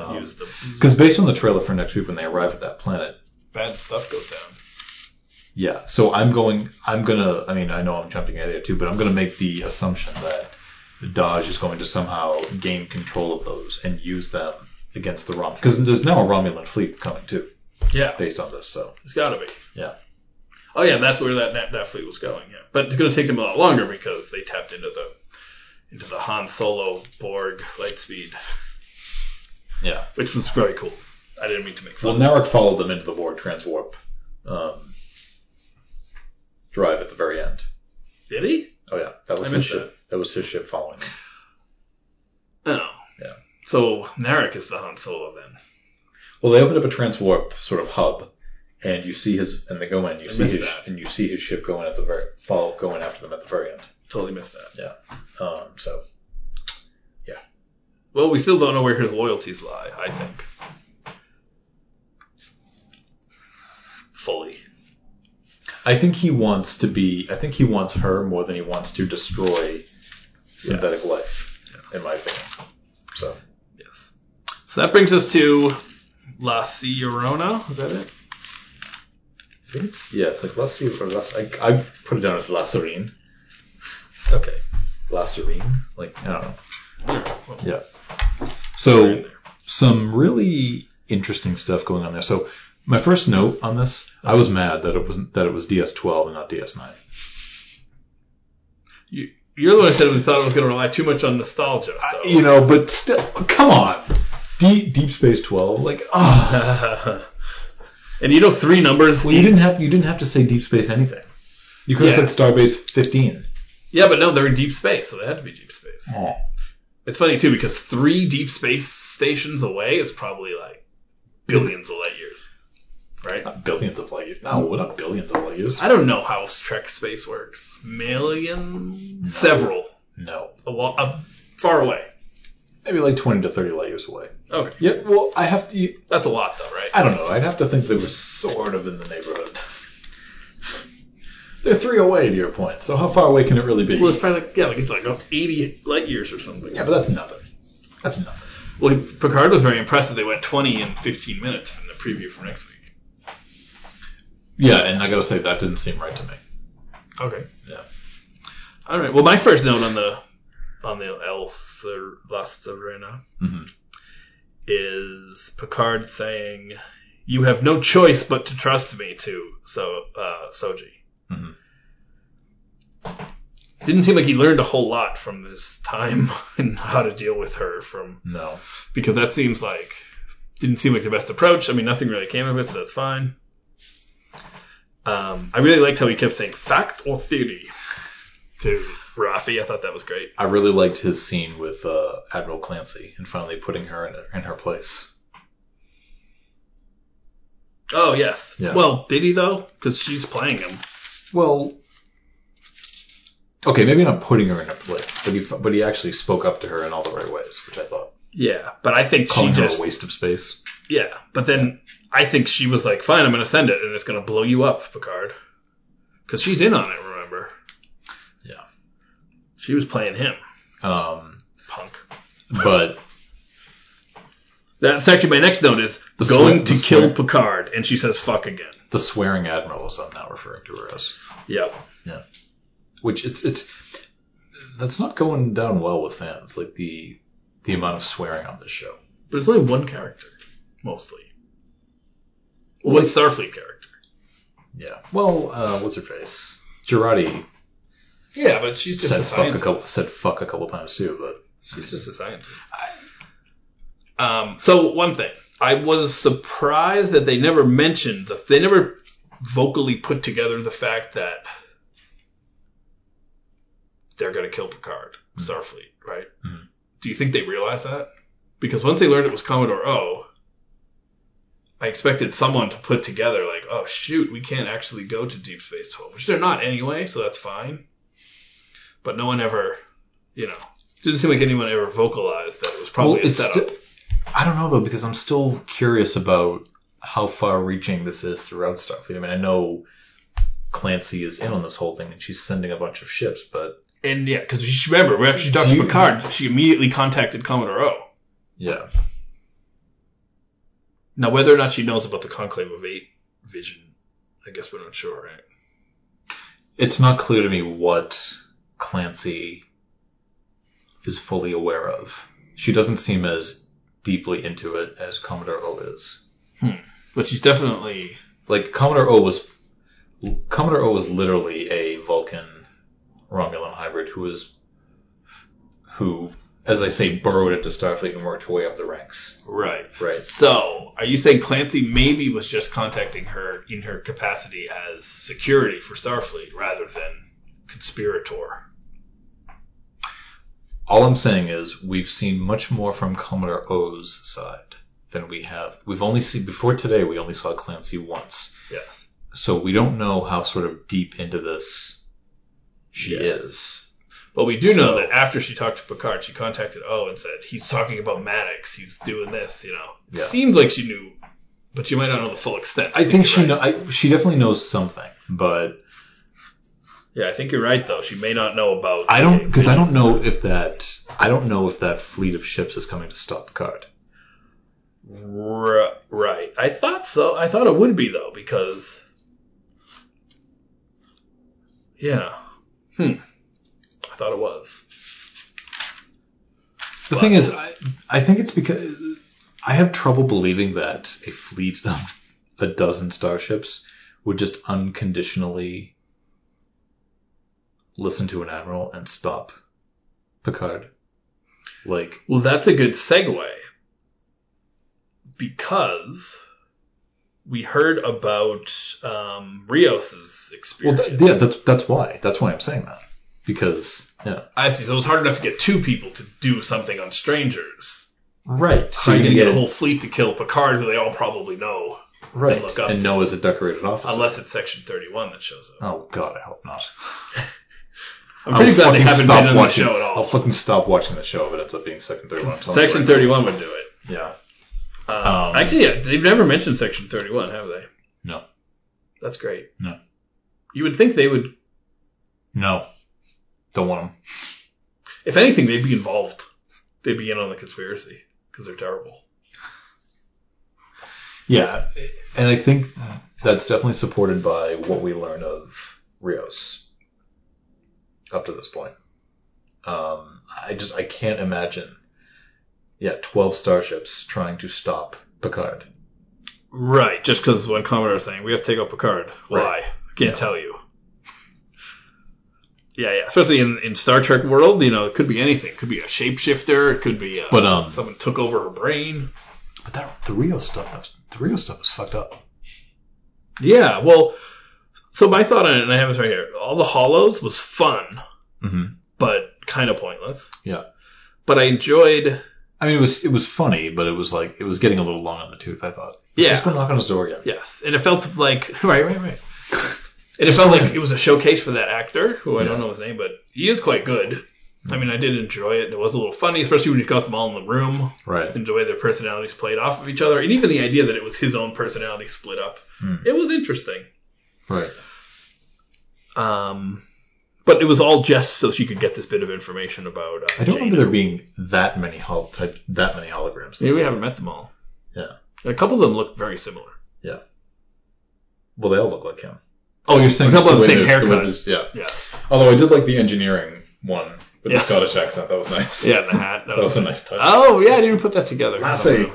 Speaker 2: the day.
Speaker 1: Use the
Speaker 2: Because based on the trailer for next week, when they arrive at that planet,
Speaker 1: bad stuff goes down.
Speaker 2: yeah. So I'm going. I'm gonna. I mean, I know I'm jumping ahead here too, but I'm gonna make the assumption that Dodge is going to somehow gain control of those and use them against the Rom. Because there's now a Romulan fleet coming too,
Speaker 1: Yeah,
Speaker 2: based on this. So
Speaker 1: it's got to be.
Speaker 2: Yeah.
Speaker 1: Oh yeah, that's where that that, that fleet was going. Yeah, but it's going to take them a lot longer because they tapped into the into the Han Solo Borg lightspeed,
Speaker 2: yeah.
Speaker 1: which was very cool. I didn't mean to make fun.
Speaker 2: Well, Narek followed them into the Borg transwarp um, drive at the very end.
Speaker 1: Did he?
Speaker 2: Oh yeah, that was
Speaker 1: I
Speaker 2: his
Speaker 1: missed
Speaker 2: ship. That. was his ship following. Them.
Speaker 1: Oh.
Speaker 2: Yeah.
Speaker 1: So Narek is the Han Solo then.
Speaker 2: Well, they opened up a transwarp sort of hub, and you see his and they go in. You
Speaker 1: I
Speaker 2: see
Speaker 1: missed
Speaker 2: his
Speaker 1: that.
Speaker 2: and you see his ship going at the very follow going after them at the very end.
Speaker 1: Totally missed that.
Speaker 2: Um, so
Speaker 1: Well, we still don't know where his loyalties lie, I think. Fully.
Speaker 2: I think he wants to be. I think he wants her more than he wants to destroy synthetic
Speaker 1: Yes.
Speaker 2: life, in my opinion. So
Speaker 1: Yes. So that brings us to La Llorona. Is that it?
Speaker 2: I think it's yeah, it's like less or less. I I put it down as Lacerine.
Speaker 1: Okay.
Speaker 2: Lacerine, like I don't know.
Speaker 1: Well,
Speaker 2: So some really interesting stuff going on there. So My first note on this, I was mad that it was that it was DS12 and not DS9.
Speaker 1: You're the one who said we thought it was going to rely too much on nostalgia. So.
Speaker 2: You know, but still, come on, Deep, Deep Space 12, like ah,
Speaker 1: and you know three numbers.
Speaker 2: well, you didn't have you didn't have to say Deep Space anything. You could have
Speaker 1: Yeah.
Speaker 2: said Starbase 15.
Speaker 1: Yeah, but no, they're in deep space, so they had to be deep space.
Speaker 2: Oh.
Speaker 1: It's funny too because three deep space stations away is probably like billions of light years, right?
Speaker 2: Not billions of light years. No, we're not billions of light years.
Speaker 1: I don't know how Trek space works. Million, several,
Speaker 2: No,
Speaker 1: a, lo- a far away.
Speaker 2: maybe like 20 to 30 light years away.
Speaker 1: Okay,
Speaker 2: Yeah, well, I have to.
Speaker 1: that's a lot though, right?
Speaker 2: I don't know. I'd have to think they were sort of in the neighborhood. They're three away, to your point. So how far away can it really be?
Speaker 1: Well, it's probably like, yeah, like it's like oh, 80 light years or something.
Speaker 2: yeah, but that's nothing. That's nothing.
Speaker 1: Well, Picard was very impressed that they went 20 in 15 minutes from the preview from next week.
Speaker 2: Yeah, and I gotta say that didn't seem right to me.
Speaker 1: Okay.
Speaker 2: Yeah.
Speaker 1: All right. Well, my first note on the on the El Ser- La Serena
Speaker 2: hmm
Speaker 1: is Picard saying, "You have no choice but to trust me." To so uh, Soji.
Speaker 2: Mhm.
Speaker 1: Didn't seem like he learned a whole lot from his time and how to deal with her from
Speaker 2: No.
Speaker 1: because that seems like didn't seem like the best approach. I mean, nothing really came of it, so that's fine. Um, I really liked how he kept saying fact or theory to Rafi. I thought that was great.
Speaker 2: I really liked his scene with uh, Admiral Clancy and finally putting her in, in her place.
Speaker 1: Oh yes.
Speaker 2: Yeah.
Speaker 1: Well, did he though? Because she's playing him.
Speaker 2: Well, okay, maybe not putting her in her place, but he but he actually spoke up to her in all the right ways, which I thought
Speaker 1: Yeah, but I think she
Speaker 2: calling her
Speaker 1: just
Speaker 2: a waste of space.
Speaker 1: yeah. But then I think she was like, fine, I'm gonna send it, and it's gonna blow you up, Picard, because she's in on it. Remember?
Speaker 2: Yeah.
Speaker 1: She was playing him,
Speaker 2: Um,
Speaker 1: punk.
Speaker 2: but
Speaker 1: That's actually my next note is
Speaker 2: The
Speaker 1: going
Speaker 2: swear-
Speaker 1: to
Speaker 2: the
Speaker 1: kill
Speaker 2: swear-
Speaker 1: Picard, and she says fuck again.
Speaker 2: the swearing admiral is I'm now referring to her as,
Speaker 1: Yep.
Speaker 2: which it's it's that's not going down well with fans. Like the the amount of swearing on this show.
Speaker 1: But it's only one character, mostly. One Starfleet character.
Speaker 2: Yeah. Well, uh, what's her face? Girardi
Speaker 1: Yeah, but she's
Speaker 2: said fuck a couple said fuck a couple times too, but
Speaker 1: She's just a scientist. Um, so one thing, I was surprised that they never mentioned the. They never vocally put together the fact that they're going to kill Picard, Starfleet, right?
Speaker 2: Mhm.
Speaker 1: Do you think they realized that? Because once they learned it was Commodore O, I expected someone to put together like, oh shoot, we can't actually go to Deep Space Twelve, which they're not anyway, so that's fine. But no one ever, you know, didn't seem like anyone ever vocalized that it was probably
Speaker 2: Well,
Speaker 1: a
Speaker 2: it's
Speaker 1: setup.
Speaker 2: sti- I don't know though because I'm still curious about how far reaching this is throughout Starfleet. I mean, I know Clancy is in on this whole thing and she's sending a bunch of ships, but
Speaker 1: And yeah, because she remember after she talked
Speaker 2: Do
Speaker 1: to
Speaker 2: you-
Speaker 1: Picard, she immediately contacted Commodore O.
Speaker 2: yeah,
Speaker 1: Now, whether or not she knows about the Conclave of Eight vision, I guess we're not sure, right?
Speaker 2: it's not clear to me what Clancy is fully aware of. She doesn't seem as deeply into it as Commodore O is.
Speaker 1: But she's definitely
Speaker 2: Like Commodore O was Commodore O was literally a Vulcan Romulan hybrid who was who, as I say, burrowed into Starfleet and worked her way up the ranks.
Speaker 1: right.
Speaker 2: Right.
Speaker 1: So, are you saying Clancy maybe was just contacting her in her capacity as security for Starfleet rather than conspirator?
Speaker 2: All I'm saying is we've seen much more from Commodore O's side than we have. We've only seen before today. We only saw Clancy once.
Speaker 1: Yes.
Speaker 2: so we don't know how sort of deep into this she
Speaker 1: Yeah.
Speaker 2: is.
Speaker 1: But we do know
Speaker 2: So-
Speaker 1: that after she talked to Picard, she contacted O and said, he's talking about Maddox, he's doing this, you know. It
Speaker 2: Yeah.
Speaker 1: seemed like she knew, but she might not know the full extent.
Speaker 2: I
Speaker 1: you're
Speaker 2: think she
Speaker 1: right.
Speaker 2: know, I, she definitely knows something, but
Speaker 1: Yeah, I think you're right, though. She may not know about.
Speaker 2: I don't because I don't know if that I don't know if that fleet of ships is coming to stop Picard.
Speaker 1: R- right. I thought so. I thought it would be though because Yeah. Hmm. I thought it was.
Speaker 2: The
Speaker 1: But-
Speaker 2: thing is, I, I think it's because I have trouble believing that a fleet of a dozen starships would just unconditionally listen to an admiral and stop Picard. Like,
Speaker 1: Well, that's a good segue because we heard about um, Rios's
Speaker 2: well,
Speaker 1: experience.
Speaker 2: th- yeah, that's that's why. That's why I'm saying that because yeah,
Speaker 1: I see. So it was hard enough to get two people to do something on strangers.
Speaker 2: right.
Speaker 1: How are you going to get a whole fleet to kill Picard, who they all probably know,
Speaker 2: right
Speaker 1: and look up
Speaker 2: and
Speaker 1: to-
Speaker 2: Noah's a decorated officer.
Speaker 1: unless it's Section 31 that shows up.
Speaker 2: oh God, I hope not.
Speaker 1: I'm pretty
Speaker 2: I'll
Speaker 1: glad they
Speaker 2: fucking
Speaker 1: haven't been
Speaker 2: stop
Speaker 1: on the
Speaker 2: watching,
Speaker 1: show at all.
Speaker 2: I'll fucking stop watching the show if it ends up being Section 31. I'm telling you
Speaker 1: Section
Speaker 2: right
Speaker 1: 31 would do it.
Speaker 2: now. Yeah.
Speaker 1: Um,
Speaker 2: Um,
Speaker 1: actually, yeah, they've never mentioned Section 31, have they?
Speaker 2: No.
Speaker 1: That's great.
Speaker 2: No.
Speaker 1: You would think they would,
Speaker 2: No. Don't want them.
Speaker 1: if anything, they'd be involved. They'd be in on the conspiracy because they're terrible.
Speaker 2: Yeah. And I think that's definitely supported by what we learn of Rios up to this point. Um, I just, I can't imagine, yeah, 12 starships trying to stop Picard.
Speaker 1: Right, just because when Commodore's saying we have to take out Picard, why?
Speaker 2: Right.
Speaker 1: I can't
Speaker 2: Yeah.
Speaker 1: tell you. Yeah, yeah. Especially in, in Star Trek world, you know, it could be anything. It could be a shapeshifter. It could be uh,
Speaker 2: But, um,
Speaker 1: someone took over her brain.
Speaker 2: but that, the Rios stuff, that was, the Rios stuff was fucked up.
Speaker 1: Yeah. Well, so my thought on it, and I have this right here. All the Hollows was fun,
Speaker 2: Mm-hmm.
Speaker 1: but kind of pointless.
Speaker 2: Yeah.
Speaker 1: But I enjoyed.
Speaker 2: I mean, it was, it was funny, but it was like, it was getting a little long on the tooth, I thought.
Speaker 1: Yeah.
Speaker 2: Just go knock on his door again.
Speaker 1: Yes, and it felt like
Speaker 2: Right, right, right.
Speaker 1: And it felt like it was a showcase for that actor, who I don't
Speaker 2: Yeah.
Speaker 1: know his name, but he is quite good. I mean, I did enjoy it, and it was a little funny, especially when you got them all in the room
Speaker 2: Right.
Speaker 1: and the way their personalities played off of each other, and even the idea that it was his own personality split up.
Speaker 2: Hmm.
Speaker 1: It was interesting.
Speaker 2: Right.
Speaker 1: Um, but it was all just so she could get this bit of information about. Uh,
Speaker 2: I don't
Speaker 1: Jaina.
Speaker 2: remember there being that many hol- type, that many holograms.
Speaker 1: Maybe we haven't met them all.
Speaker 2: Yeah.
Speaker 1: And a couple of them look very similar.
Speaker 2: Well, they all look like him. Oh, you're saying
Speaker 1: A couple
Speaker 2: it's
Speaker 1: have the same
Speaker 2: way they're- way
Speaker 1: haircut.
Speaker 2: they're just- yeah.
Speaker 1: Yes.
Speaker 2: Although I did like the engineering one with
Speaker 1: Yes.
Speaker 2: the Scottish accent. That was nice.
Speaker 1: Yeah, and the hat.
Speaker 2: That was a nice touch.
Speaker 1: Oh yeah, I didn't even put that together.
Speaker 2: Lassie.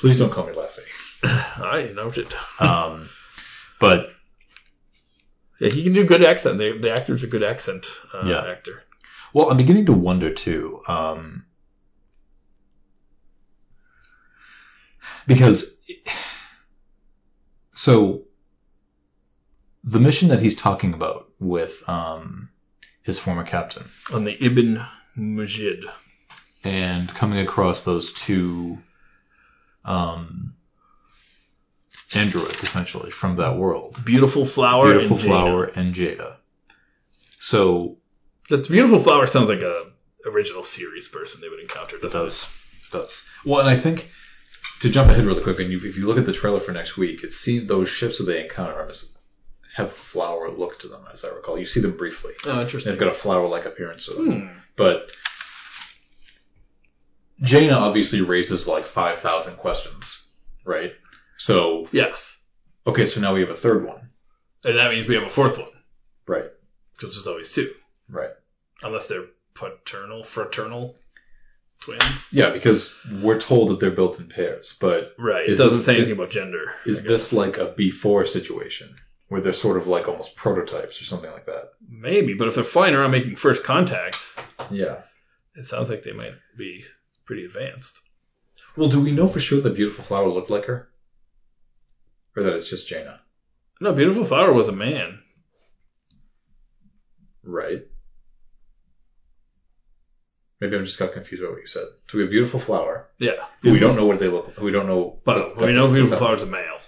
Speaker 2: Please don't call me Lassie.
Speaker 1: I noted.
Speaker 2: Um, but
Speaker 1: Yeah, he can do good accent. The, the actor's a good accent uh,
Speaker 2: Yeah.
Speaker 1: actor.
Speaker 2: well, I'm beginning to wonder too, um, because so the mission that he's talking about with um, his former captain.
Speaker 1: On the Ibn Mujid.
Speaker 2: and coming across those two um, androids essentially from that world
Speaker 1: Beautiful flower.
Speaker 2: beautiful
Speaker 1: and Jaina.
Speaker 2: flower and jada so
Speaker 1: That beautiful flower sounds like a original series person they would encounter.
Speaker 2: it
Speaker 1: Doesn't it?
Speaker 2: does it does well and i think to jump ahead really quick and you, if you look at the trailer for next week it seems those ships that they encounter are mis- have a flower look to them as i recall you see them briefly
Speaker 1: Oh,
Speaker 2: they've
Speaker 1: interesting.
Speaker 2: got a flower like appearance to them
Speaker 1: Hmm.
Speaker 2: but Jaina obviously raises like 5,000 questions, right? So,
Speaker 1: Yes,
Speaker 2: okay, so now we have a third one.
Speaker 1: and that means we have a fourth one
Speaker 2: Right,
Speaker 1: because there's always two,
Speaker 2: right.
Speaker 1: unless they're paternal, fraternal twins.
Speaker 2: Yeah, because we're told that they're built in pairs, but
Speaker 1: Right.
Speaker 2: Is
Speaker 1: it doesn't
Speaker 2: this-
Speaker 1: say
Speaker 2: is-
Speaker 1: anything about gender. I
Speaker 2: is
Speaker 1: guess.
Speaker 2: this like a B4 situation where they're sort of like almost prototypes or something like that?
Speaker 1: maybe? But if they're flying around making first contact,
Speaker 2: Yeah.
Speaker 1: it sounds like they might be pretty advanced.
Speaker 2: Well, do we know for sure the beautiful flower looked like her? Or that it's just Jaina?
Speaker 1: No, beautiful flower was a man.
Speaker 2: Right. Maybe I just got confused by what you said. So we have beautiful flower.
Speaker 1: Yeah.
Speaker 2: We don't know what they look. We don't know.
Speaker 1: But
Speaker 2: that-
Speaker 1: we know
Speaker 2: that-
Speaker 1: Beautiful
Speaker 2: that-
Speaker 1: Flower is a male.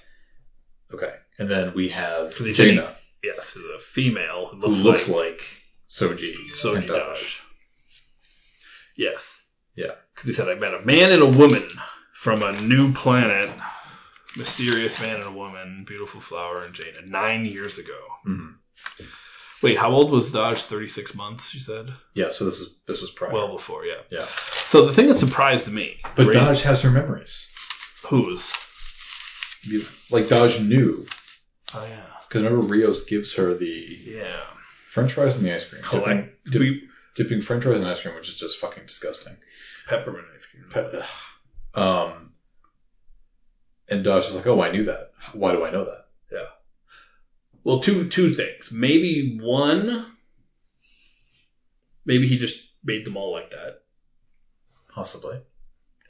Speaker 2: Okay, and then we have
Speaker 1: They say-
Speaker 2: Jaina,
Speaker 1: Yes, who's a female who
Speaker 2: who
Speaker 1: looks,
Speaker 2: looks
Speaker 1: like,
Speaker 2: like, Soji.
Speaker 1: Soji
Speaker 2: and Daj.
Speaker 1: Daj. Yes.
Speaker 2: Yeah.
Speaker 1: Because he said, I met a man and a woman from a new planet. Mysterious man and a woman, Beautiful Flower and Jaina, nine years ago.
Speaker 2: Mhm.
Speaker 1: Wait, how old was Dodge? 36 months, you said?
Speaker 2: Yeah. So this is this was prior.
Speaker 1: Well before, yeah.
Speaker 2: Yeah.
Speaker 1: So the thing that surprised me.
Speaker 2: but
Speaker 1: raised-
Speaker 2: Dodge has her memories.
Speaker 1: Who's?
Speaker 2: Beautiful. Like Dodge knew,
Speaker 1: Oh, yeah.
Speaker 2: because remember Rios gives her the
Speaker 1: Yeah.
Speaker 2: French fries and the ice cream.
Speaker 1: Collect-
Speaker 2: Dipping, dip-
Speaker 1: we-
Speaker 2: dipping French fries and ice cream, which is just fucking disgusting.
Speaker 1: Peppermint ice cream.
Speaker 2: Pe- Um, And Dodge is like, oh, I knew that. Why do I know that?
Speaker 1: Well, two two things. Maybe one. Maybe he just made them all like that,
Speaker 2: Possibly.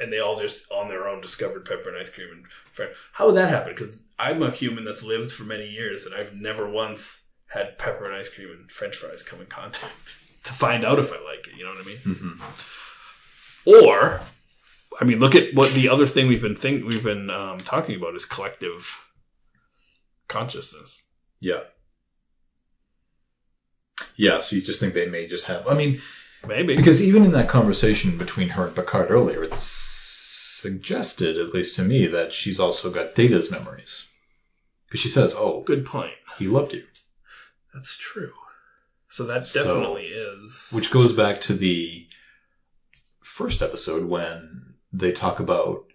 Speaker 1: and they all just on their own discovered peppermint ice cream. And fr- how would that happen? Because I'm a human that's lived for many years, and I've never once had peppermint ice cream and French fries come in contact to find out if I like it. You know what I mean?
Speaker 2: hmm
Speaker 1: Or, I mean, look at what the other thing we've been think we've been um, talking about is collective consciousness.
Speaker 2: Yeah. Yeah, so you just think they may just have. I mean,
Speaker 1: Maybe.
Speaker 2: because even in that conversation between her and Picard earlier, it's suggested, at least to me, that she's also got Data's memories. Because she says, oh,
Speaker 1: Good point.
Speaker 2: he loved you.
Speaker 1: That's true. So that
Speaker 2: So-
Speaker 1: definitely is.
Speaker 2: Which goes back to the first episode when they talk about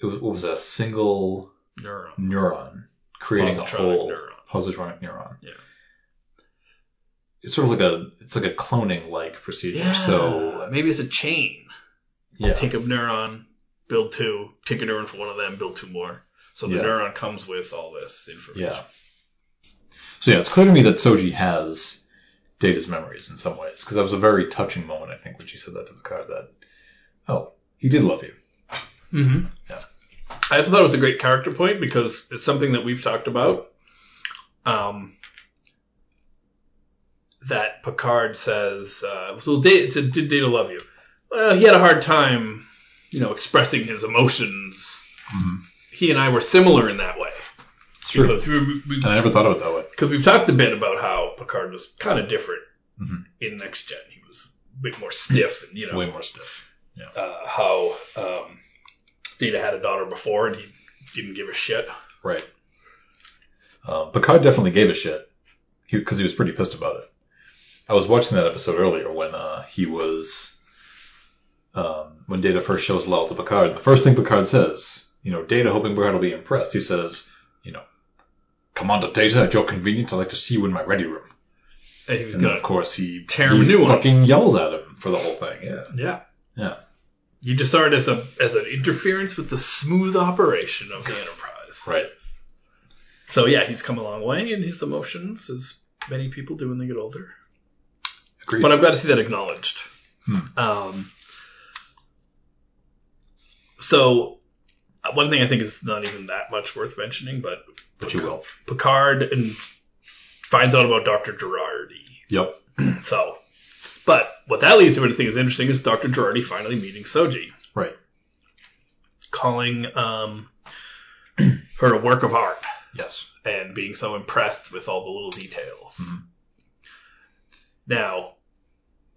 Speaker 2: it was, what was that, a single
Speaker 1: neuron?
Speaker 2: neuron creating a
Speaker 1: Positronic
Speaker 2: whole
Speaker 1: neuron.
Speaker 2: positronic neuron.
Speaker 1: Yeah.
Speaker 2: It's sort of like a it's like a cloning like procedure.
Speaker 1: Yeah. So
Speaker 2: So
Speaker 1: maybe it's a chain.
Speaker 2: yeah,
Speaker 1: Take a neuron, build two. Take a neuron from one of them, build two more. So the
Speaker 2: Yeah.
Speaker 1: neuron comes with all this information.
Speaker 2: yeah. So yeah, it's clear to me that Soji has Data's memories in some ways because that was a very touching moment I think when she said that to Picard that oh he did love you.
Speaker 1: Mm-hmm.
Speaker 2: Yeah.
Speaker 1: I also thought it was a great character point because it's something that we've talked about. Um, that Picard says, uh, "Well, did, did, did Data love you?" Well, he had a hard time, you know, expressing his emotions.
Speaker 2: Mhm.
Speaker 1: He and I were similar in that way
Speaker 2: It's true.
Speaker 1: because we, we,
Speaker 2: And I never thought of it that way.
Speaker 1: because we've talked a bit about how Picard was kind of different
Speaker 2: Mhm.
Speaker 1: in Next Gen. He was a bit more stiff, and you know,
Speaker 2: Way more stiff.
Speaker 1: uh, how um, Data had a daughter before and he didn't give a shit.
Speaker 2: Right. Um, Picard definitely gave a shit because he, was pretty pissed about it. I was watching that episode earlier when uh, he was um, when Data first shows Lal to Picard. The first thing Picard says, you know, Data hoping Picard will be impressed. He says, you know, Commander Data, at your convenience, I'd like to see you in my ready room.
Speaker 1: And he was
Speaker 2: And then,
Speaker 1: gonna,
Speaker 2: of course, he,
Speaker 1: Tear him a
Speaker 2: he
Speaker 1: new one.
Speaker 2: fucking yells at him for the whole thing. Yeah.
Speaker 1: yeah,
Speaker 2: Yeah.
Speaker 1: You just saw it as a as an interference with the smooth operation of the Enterprise.
Speaker 2: Right.
Speaker 1: So yeah, he's come a long way in his emotions, as many people do when they get older.
Speaker 2: Agreed.
Speaker 1: But I've got to see that acknowledged.
Speaker 2: Hmm.
Speaker 1: Um, so uh, one thing I think is not even that much worth mentioning, but
Speaker 2: but you will.
Speaker 1: Picard and finds out about Doctor Girardi.
Speaker 2: Yep.
Speaker 1: So, but what that leads to, what I think is interesting, is Dr. Girardi finally meeting Soji,
Speaker 2: Right.
Speaker 1: calling um, her a work of art
Speaker 2: Yes.
Speaker 1: and being so impressed with all the little details.
Speaker 2: Mhm.
Speaker 1: Now,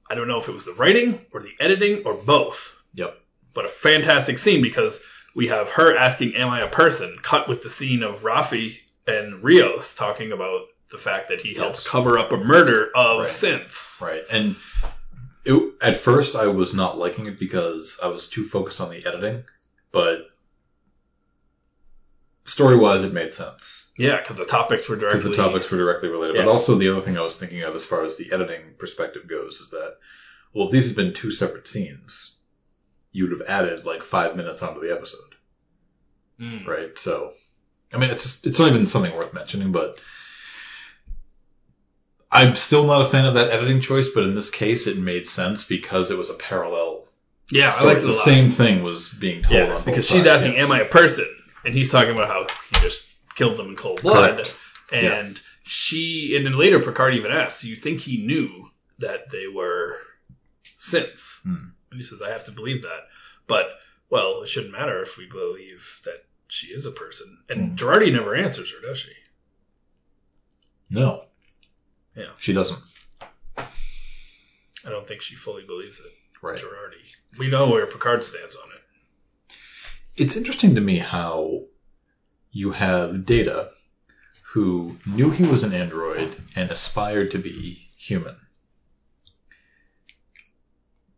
Speaker 1: I don't know if it was the writing or the editing or both,
Speaker 2: Yep.
Speaker 1: but a fantastic scene because we have her asking, Am I a person? cut with the scene of Rafi and Rios talking about the fact that he helped
Speaker 2: Yes.
Speaker 1: cover up a murder of
Speaker 2: Right.
Speaker 1: synths.
Speaker 2: Right. And it, at first, I was not liking it because I was too focused on the editing, but story wise, it made sense.
Speaker 1: Yeah, because the topics were
Speaker 2: Because
Speaker 1: directly.
Speaker 2: the topics were directly related.
Speaker 1: Yeah.
Speaker 2: But also, the other thing I was thinking of as far as the editing perspective goes is that, well, if these had been two separate scenes, you would have added like five minutes onto the episode,
Speaker 1: Mm.
Speaker 2: right? So, I mean, it's just, it's not even something worth mentioning, but I'm still not a fan of that editing choice. But in this case, it made sense because it was a parallel
Speaker 1: Yeah,
Speaker 2: story.
Speaker 1: I like
Speaker 2: the
Speaker 1: the
Speaker 2: same thing was being told.
Speaker 1: Yeah,
Speaker 2: on both
Speaker 1: because
Speaker 2: sides,
Speaker 1: she's asking,
Speaker 2: yes.
Speaker 1: "Am I a person?" And he's talking about how he just killed them in cold blood.
Speaker 2: Correct.
Speaker 1: And she, and then later Picard even asks, "Do you think he knew that they were synths?"
Speaker 2: Hmm.
Speaker 1: And he says, "I have to believe that." But well, it shouldn't matter if we believe that she is a person. And
Speaker 2: Hmm.
Speaker 1: Girardi never answers her, does she?
Speaker 2: No.
Speaker 1: Yeah.
Speaker 2: She doesn't.
Speaker 1: I don't think she fully believes it.
Speaker 2: Right.
Speaker 1: Girardi. We know where Picard stands on it.
Speaker 2: It's interesting to me how you have Data, who knew he was an android and aspired to be human.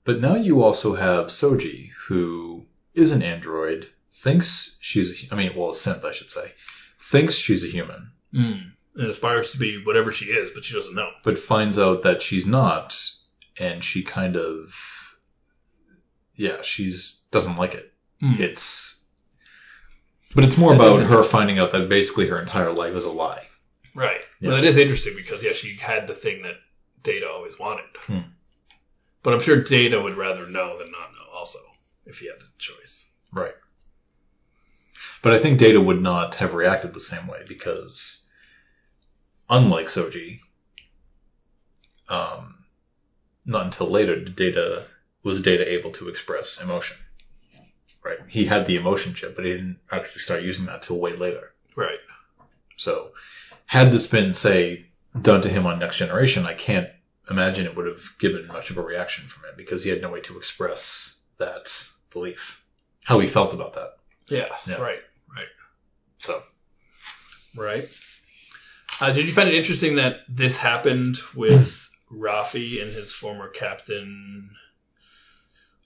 Speaker 2: But now you also have Soji, who is an android, thinks she's, a, I mean, well, a synth, I should say, thinks she's a human,
Speaker 1: Mm. And aspires to be whatever she is, but she doesn't know.
Speaker 2: but finds out that she's not, and she kind Mm. of, yeah, she's doesn't like it. It's But it's more
Speaker 1: That
Speaker 2: about
Speaker 1: doesn't-
Speaker 2: her finding out that basically her entire life is a lie.
Speaker 1: Right. Well,
Speaker 2: Yeah.
Speaker 1: it is interesting because yeah, she had the thing that Data always wanted.
Speaker 2: Hmm.
Speaker 1: But I'm sure Data would rather know than not know, also, if he had the choice.
Speaker 2: Right. But I think Data would not have reacted the same way because, unlike Soji, um, not until later did Data was Data able to express emotion. Right. He had the emotion chip, but he didn't actually start using that till way later.
Speaker 1: Right.
Speaker 2: So, had this been, say, done to him on Next Generation, I can't imagine it would have given much of a reaction from him because he had no way to express that belief, how he felt about that.
Speaker 1: Yes.
Speaker 2: Yeah.
Speaker 1: Right.
Speaker 2: So,
Speaker 1: Right. Uh, did you find it interesting that this happened with Rafi and his former captain?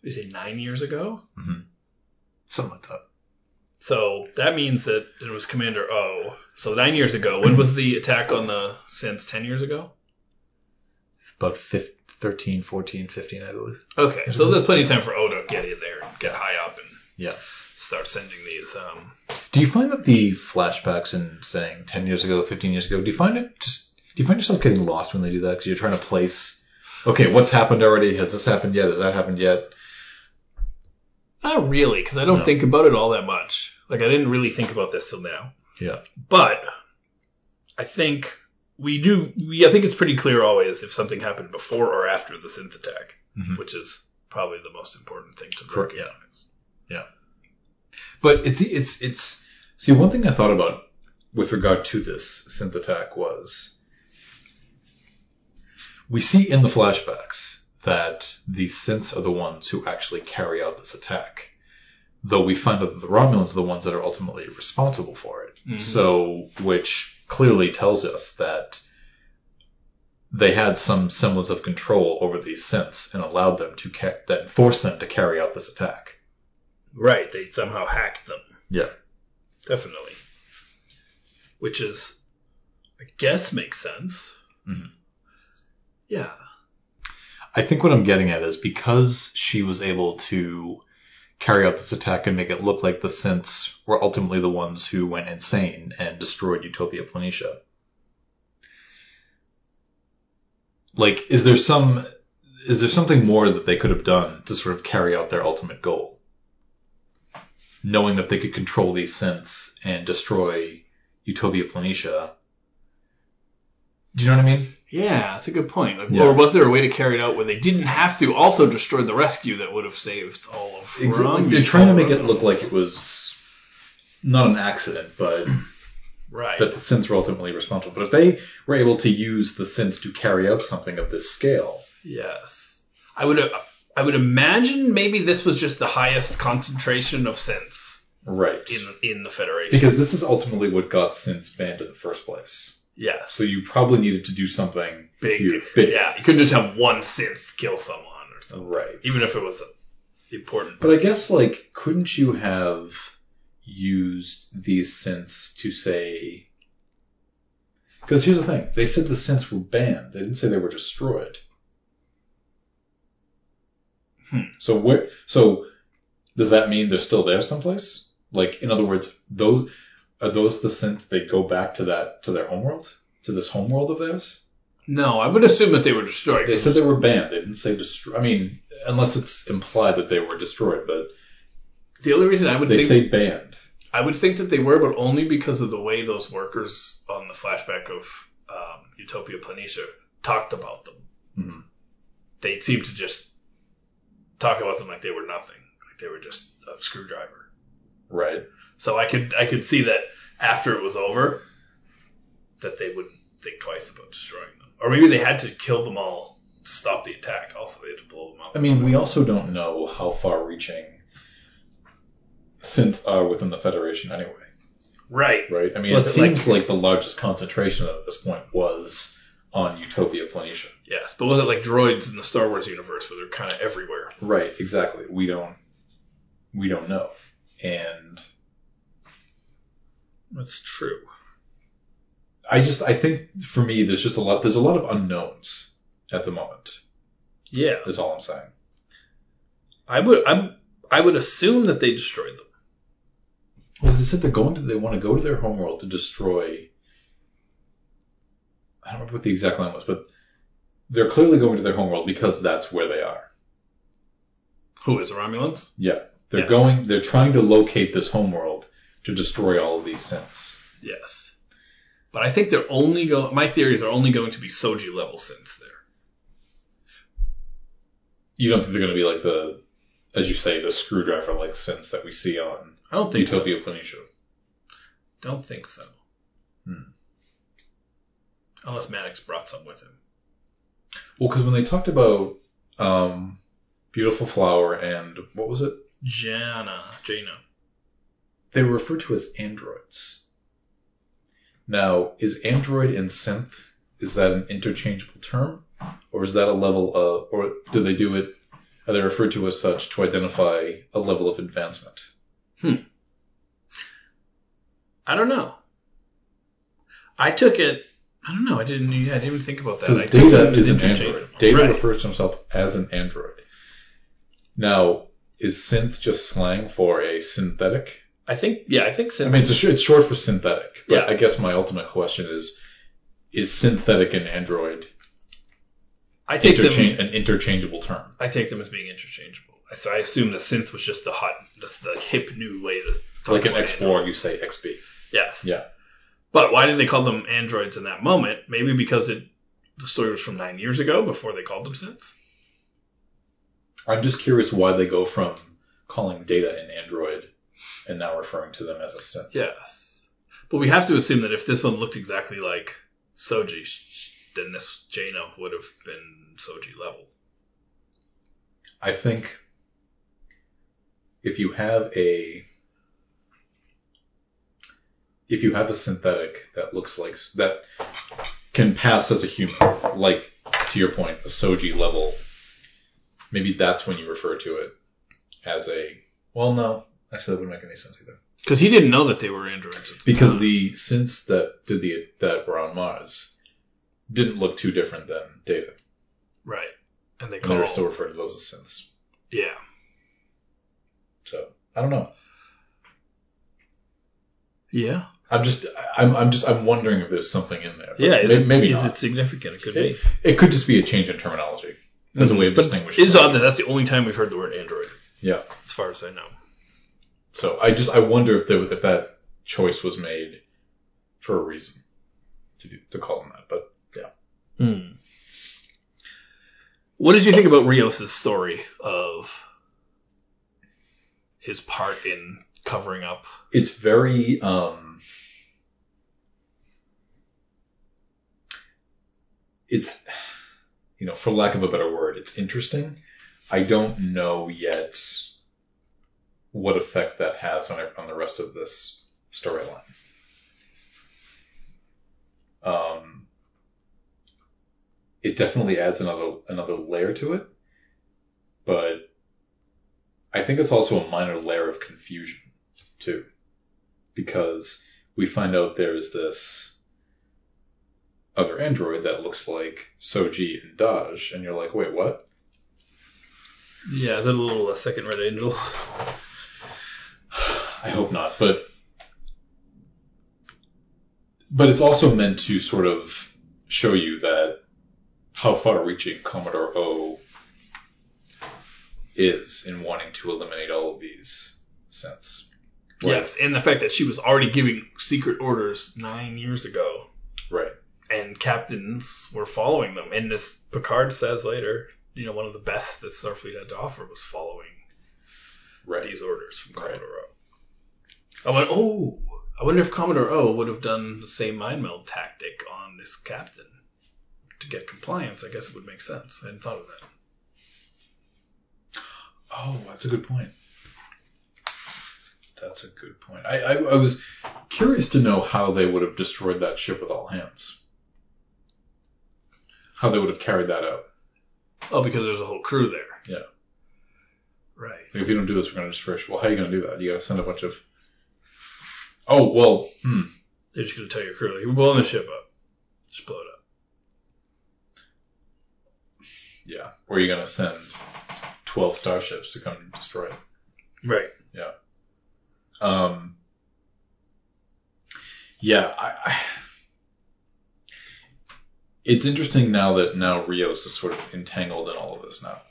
Speaker 1: Is it nine years ago?
Speaker 2: something like that.
Speaker 1: So that means that it was Commander O. So nine years ago, when was the attack on the Sense? Ten years ago?
Speaker 2: About 15, 13, 14, 15, I believe.
Speaker 1: Okay, so there's plenty of time for O to get in there and get high up and
Speaker 2: Yeah.
Speaker 1: start sending these. Um,
Speaker 2: Do you find that the flashbacks and saying 10 years ago, 15 years ago, do you find it just, do you find yourself getting lost when they do that? Because you're trying to place, okay, what's happened already? Has this happened yet? Has that happened yet?
Speaker 1: not really, because I don't
Speaker 2: No.
Speaker 1: think about it all that much. Like I didn't really think about this till now.
Speaker 2: Yeah.
Speaker 1: But I think we do. We, I think it's pretty clear always if something happened before or after the synth attack,
Speaker 2: Mhm.
Speaker 1: which is probably the most important thing to
Speaker 2: Correct,
Speaker 1: recognize.
Speaker 2: But it's it's it's see one thing I thought about with regard to this synth attack was we see in the flashbacks that the synths are the ones who actually carry out this attack, though we find out that the Romulans are the ones that are ultimately responsible for it.
Speaker 1: Mhm.
Speaker 2: So, which clearly tells us that they had some semblance of control over these synths and allowed them to ca- that forced them to carry out this attack.
Speaker 1: Right, they somehow hacked them.
Speaker 2: Yeah.
Speaker 1: Definitely. Which is, I guess, makes sense.
Speaker 2: Mhm.
Speaker 1: Yeah.
Speaker 2: I think what I'm getting at is because she was able to carry out this attack and make it look like the synths were ultimately the ones who went insane and destroyed Utopia Planitia. Like, is there some is there something more that they could have done to sort of carry out their ultimate goal? Knowing that they could control these synths and destroy Utopia Planitia. Do you know what I mean?
Speaker 1: Yeah, that's a good point. Like,
Speaker 2: Yeah.
Speaker 1: Or was there a way to carry it out where they didn't have to also destroy the rescue that would have saved all of
Speaker 2: Exactly.
Speaker 1: Rom-
Speaker 2: They're trying to make it
Speaker 1: Rom-
Speaker 2: look like it was not an accident, but
Speaker 1: Hmm. Right.
Speaker 2: that the synths were ultimately responsible. But if they were able to use the synths to carry out something of this scale,
Speaker 1: Yes. I would I would imagine maybe this was just the highest concentration of sense
Speaker 2: right?
Speaker 1: in in the Federation.
Speaker 2: Because this is ultimately what got synths banned in the first place.
Speaker 1: yes.
Speaker 2: So you probably needed to do something
Speaker 1: big,
Speaker 2: huge, big,
Speaker 1: Yeah, you couldn't just have one synth kill someone or something.
Speaker 2: right?
Speaker 1: even if it was important.
Speaker 2: But I guess like couldn't you have used these synths to say because here's the thing. They said the synths were banned. They didn't say they were destroyed.
Speaker 1: Hmm.
Speaker 2: So where so does that mean they're still there someplace? Like in other words, those are those the synths they go back to that to their homeworld? To this homeworld of theirs?
Speaker 1: no, I would assume that they were destroyed.
Speaker 2: They said they were banned. They didn't say destroy I mean, unless it's implied that they were destroyed, but
Speaker 1: the only reason I would
Speaker 2: they
Speaker 1: think
Speaker 2: say banned.
Speaker 1: I would think that they were, but only because of the way those workers on the flashback of um, Utopia Planitia talked about them.
Speaker 2: Mhm.
Speaker 1: They seemed to just talk about them like they were nothing, like they were just a screwdriver.
Speaker 2: Right.
Speaker 1: So I could I could see that after it was over, that they would think twice about destroying them, or maybe they had to kill them all to stop the attack. Also, they had to blow them up.
Speaker 2: I mean, we also don't know how far reaching synths are within the Federation anyway,
Speaker 1: right.
Speaker 2: right? I mean,
Speaker 1: Well,
Speaker 2: it
Speaker 1: it's
Speaker 2: seems like, the largest concentration of it at this point was on Utopia Planitia.
Speaker 1: Yes, but was it like droids in the Star Wars universe where they're kind of everywhere?
Speaker 2: Right, exactly. We don't we don't know. And
Speaker 1: That's true.
Speaker 2: I just I think for me there's just a lot there's a lot of unknowns at the moment.
Speaker 1: Yeah,
Speaker 2: Is all I'm saying.
Speaker 1: I would. I'm. I would assume that they destroyed them.
Speaker 2: Well, as I said, they're going to they want to go to their homeworld to destroy. I don't remember what the exact line was, but they're clearly going to their homeworld because that's where they are.
Speaker 1: Who is the Romulans?
Speaker 2: Yeah, they're
Speaker 1: Yes.
Speaker 2: going. They're trying to locate this homeworld to destroy all of these synths.
Speaker 1: Yes. But I think they're only going. My theories are only going to be Soji level since there.
Speaker 2: You don't think they're going to be like the, as you say, the screwdriver like synths that we see on
Speaker 1: I don't think so.
Speaker 2: Utopia Planitia.
Speaker 1: Don't think so.
Speaker 2: Hmm.
Speaker 1: Unless Maddox brought some with him.
Speaker 2: Well, because when they talked about um, Beautiful Flower and what was it?
Speaker 1: Jana, Jaina.
Speaker 2: They were referred to as androids. Now, is android and synth is that an interchangeable term, or is that a level of, or do they do it? Are they referred to as such to identify a level of advancement?
Speaker 1: I don't know. I took it. I don't know. I didn't. Yeah, I didn't even think about that. I
Speaker 2: Because
Speaker 1: took
Speaker 2: Data
Speaker 1: it
Speaker 2: is an
Speaker 1: interchangeable.
Speaker 2: android. Data
Speaker 1: Right.
Speaker 2: refers to himself as an android. Now, is synth just slang for a synthetic?
Speaker 1: I think. Yeah, I think.
Speaker 2: I
Speaker 1: Since
Speaker 2: mean, it's, a, sh- it's short for synthetic, but
Speaker 1: Yeah.
Speaker 2: I guess my ultimate question is: Is synthetic and android
Speaker 1: I take them.
Speaker 2: interchange an interchangeable term?
Speaker 1: I take them as being interchangeable. I, th- I assume the synth was just the hot, just the hip new way to talk
Speaker 2: Like an
Speaker 1: about
Speaker 2: Explorer, you say XB.
Speaker 1: Yes.
Speaker 2: Yeah.
Speaker 1: But why did they call them androids in that moment? Maybe because it the story was from nine years ago before they called them synths.
Speaker 2: I'm just curious why they go from calling data an android and now referring to them as a synth.
Speaker 1: Yes. But we have to assume that if this one looked exactly like Soji, sh- sh- then this Jaina would have been Soji level.
Speaker 2: I think if you have a if you have a synthetic that looks like that can pass as a human, like to your point, a Soji level, maybe that's when you refer to it as a. Well, no, actually, that wouldn't make any sense either.
Speaker 1: Because he didn't know that they were androids. at the
Speaker 2: Because
Speaker 1: time.
Speaker 2: the synths that did the that were on Mars didn't look too different than Data,
Speaker 1: right, and they
Speaker 2: and they
Speaker 1: call
Speaker 2: were still referred to those as synths.
Speaker 1: yeah.
Speaker 2: So I don't know.
Speaker 1: Yeah,
Speaker 2: I'm just, I'm, I'm just, I'm wondering if there's something in there. but
Speaker 1: yeah. Is
Speaker 2: may-
Speaker 1: it,
Speaker 2: maybe
Speaker 1: is
Speaker 2: not.
Speaker 1: it significant? It could
Speaker 2: It-
Speaker 1: be.
Speaker 2: It could just be a change in terminology as a way of
Speaker 1: But
Speaker 2: distinguishing.
Speaker 1: It's odd that that's the only time we've heard the word android.
Speaker 2: Yeah.
Speaker 1: as far as I know.
Speaker 2: So I just, I wonder if there, if that choice was made for a reason to do, to call them that. But
Speaker 1: Hmm. What did you think about Rios' story of his part in covering up?
Speaker 2: it's very, um, it's, you know, for lack of a better word, it's interesting. I don't know yet what effect that has on on the rest of this storyline. Um, it definitely adds another another layer to it, but I think it's also a minor layer of confusion too, because we find out there is this other android that looks like Soji and Daj, and you're like, wait, what?
Speaker 1: Yeah, is it a little uh, second Red Angel?
Speaker 2: I hope not, but but it's also meant to sort of show you that how far-reaching Commodore O is in wanting to eliminate all of these synths. Like-
Speaker 1: Yes, and the fact that she was already giving secret orders nine years ago,
Speaker 2: right.
Speaker 1: and captains were following them. And as Picard says later, you know, one of the best that Starfleet had to offer was following
Speaker 2: Right.
Speaker 1: these orders from
Speaker 2: Right.
Speaker 1: Commodore O. I went, oh, I wonder if Commodore O would have done the same mind meld tactic on this captain to get compliance. I guess it would make sense. I hadn't thought of that.
Speaker 2: Oh, that's a good point. That's a good point. I, I, I was curious to know how they would have destroyed that ship with all hands. How they would have carried that out.
Speaker 1: Oh, because there's a whole crew there.
Speaker 2: Yeah.
Speaker 1: Right.
Speaker 2: Like, if you don't do this, we're going to destroy. Well, how are you going to do that? You got to send a bunch of. Oh well, hmm.
Speaker 1: They're just going to tell your crew, like, we're blowing the ship up. Just blow it up.
Speaker 2: Yeah. Or are you going to send twelve starships to come destroy it?
Speaker 1: Right.
Speaker 2: Um, yeah, I, I, it's interesting now that now Rios is sort of entangled in all of this now,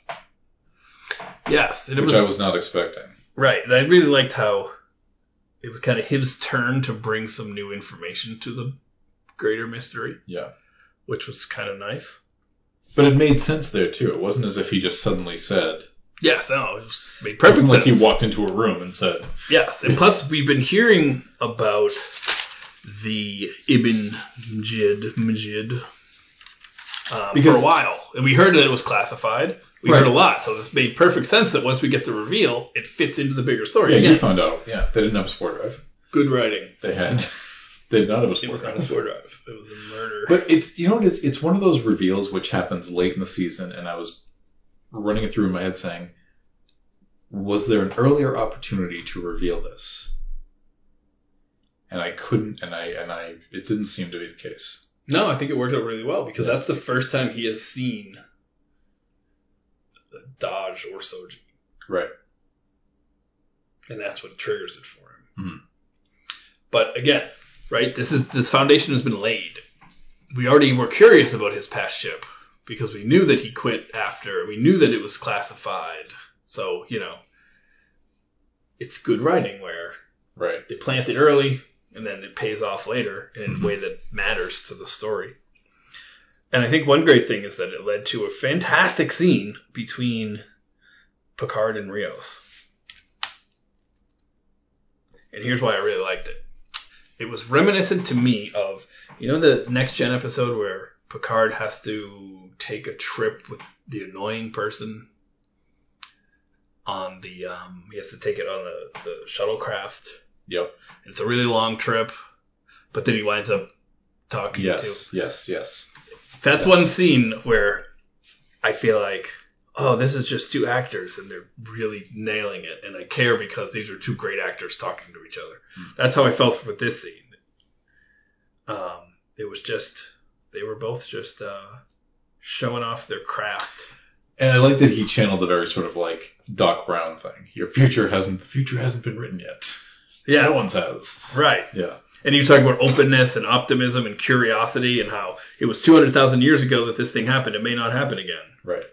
Speaker 1: Yes, and it
Speaker 2: which
Speaker 1: was,
Speaker 2: I was not expecting.
Speaker 1: right. I really liked how it was kind of his turn to bring some new information to the greater mystery,
Speaker 2: Yeah,
Speaker 1: which was kind of nice.
Speaker 2: but it made sense there too. It wasn't as if he just suddenly said.
Speaker 1: Yes, no, it was made
Speaker 2: It
Speaker 1: perfect
Speaker 2: wasn't
Speaker 1: sense.
Speaker 2: like he walked into a room and said,
Speaker 1: Yes, and plus we've been hearing about the Ibn Jid Majid um, for a
Speaker 2: Because-
Speaker 1: while, and we heard that it was classified. We
Speaker 2: Right.
Speaker 1: heard a lot, so this made perfect sense that once we get the reveal, it fits into the bigger story.
Speaker 2: "Yeah, you
Speaker 1: Again,
Speaker 2: found out. Yeah, they didn't have a sport drive.
Speaker 1: good writing.
Speaker 2: They had, they did not have a
Speaker 1: It
Speaker 2: sport
Speaker 1: was not
Speaker 2: drive.
Speaker 1: a spore drive. It was a murder.
Speaker 2: But it's you know what it's it's one of those reveals which happens late in the season, and I was running it through in my head saying, was there an earlier opportunity to reveal this? And I couldn't, and I and I it didn't seem to be the case.
Speaker 1: no, I think it worked out really well because that's the first time he has seen a Dodge or Soji,
Speaker 2: Right.
Speaker 1: and that's what triggers it for him.
Speaker 2: Mhm.
Speaker 1: Hmm. But again, right? This is this foundation has been laid. We already were curious about his past ship because we knew that he quit after. We knew that it was classified. So you know, it's good writing where
Speaker 2: Right.
Speaker 1: they plant it early and then it pays off later in
Speaker 2: Mhm.
Speaker 1: a way that matters to the story. And I think one great thing is that it led to a fantastic scene between Picard and Rios. And here's why I really liked it. It was reminiscent to me of you know the next gen episode where Picard has to take a trip with the annoying person on the um he has to take it on the, the shuttlecraft
Speaker 2: Yep.
Speaker 1: it's a really long trip, but then he winds up talking
Speaker 2: Yes. Yes. Yes.
Speaker 1: to. That's
Speaker 2: Yes.
Speaker 1: one scene where I feel like, oh, this is just two actors and they're really nailing it, and I care because these are two great actors talking to each other.
Speaker 2: Hmm.
Speaker 1: That's how I felt with this scene. Um, it was just they were both just uh, showing off their craft.
Speaker 2: And I like that he channeled the very sort of like Doc Brown thing. Your future hasn't the future hasn't been written yet.
Speaker 1: Yeah,
Speaker 2: No one's has.
Speaker 1: right.
Speaker 2: Yeah.
Speaker 1: And you talk about openness and optimism and curiosity and how it was 200,000 years ago that this thing happened. It may not happen again.
Speaker 2: Right.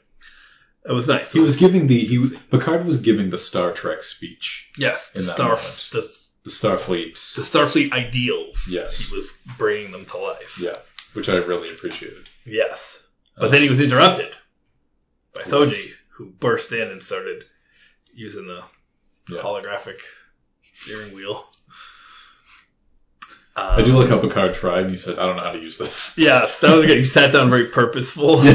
Speaker 1: That was nice.
Speaker 2: He was giving the he was Picard was giving the Star Trek speech,
Speaker 1: yes, the
Speaker 2: in that
Speaker 1: Star
Speaker 2: moment.
Speaker 1: the,
Speaker 2: the Starfleet
Speaker 1: the Starfleet ideals.
Speaker 2: Yes.
Speaker 1: he was bringing them to life.
Speaker 2: Yeah, which I really appreciated.
Speaker 1: Yes, but
Speaker 2: Um,
Speaker 1: then he was interrupted by
Speaker 2: Of
Speaker 1: Soji, who burst in and started using the
Speaker 2: Yeah.
Speaker 1: holographic steering wheel.
Speaker 2: I do
Speaker 1: Um,
Speaker 2: like how Picard tried and he said, I don't know how to use this.
Speaker 1: Yes, that was good. He sat down very purposeful.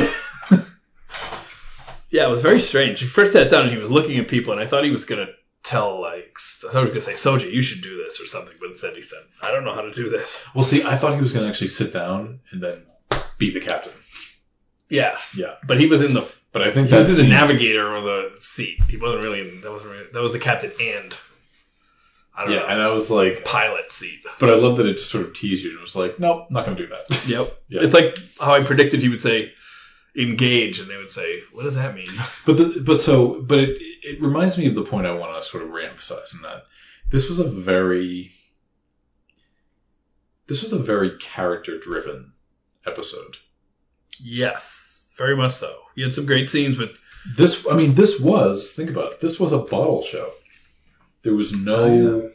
Speaker 1: yeah, it was very strange. He first sat down and he was looking at people, and I thought he was gonna tell like I thought he was gonna say Soji, you should do this or something, but instead he said, I don't know how to do this.
Speaker 2: Well, see, I thought he was going to actually sit down and then be the captain.
Speaker 1: Yes.
Speaker 2: Yeah.
Speaker 1: But he was in the
Speaker 2: But I think
Speaker 1: he was
Speaker 2: that's
Speaker 1: in the
Speaker 2: the
Speaker 1: navigator or the seat. He wasn't really in that wasn't really, that was the captain and I don't
Speaker 2: Yeah,
Speaker 1: know
Speaker 2: and I was like,
Speaker 1: pilot seat.
Speaker 2: but I love that it just sort of teased you and was like, nope, not going to do that.
Speaker 1: Yep.
Speaker 2: Yeah.
Speaker 1: It's like how I predicted he would say engage and they would say, What does that mean?
Speaker 2: But the, but so but it it reminds me of the point I want to sort of reemphasize in that this was a very this was a very character driven episode.
Speaker 1: Yes. Very much so. You had some great scenes with
Speaker 2: This, I mean, this was. Think about it. This was a bottle show. There was no.
Speaker 1: Oh,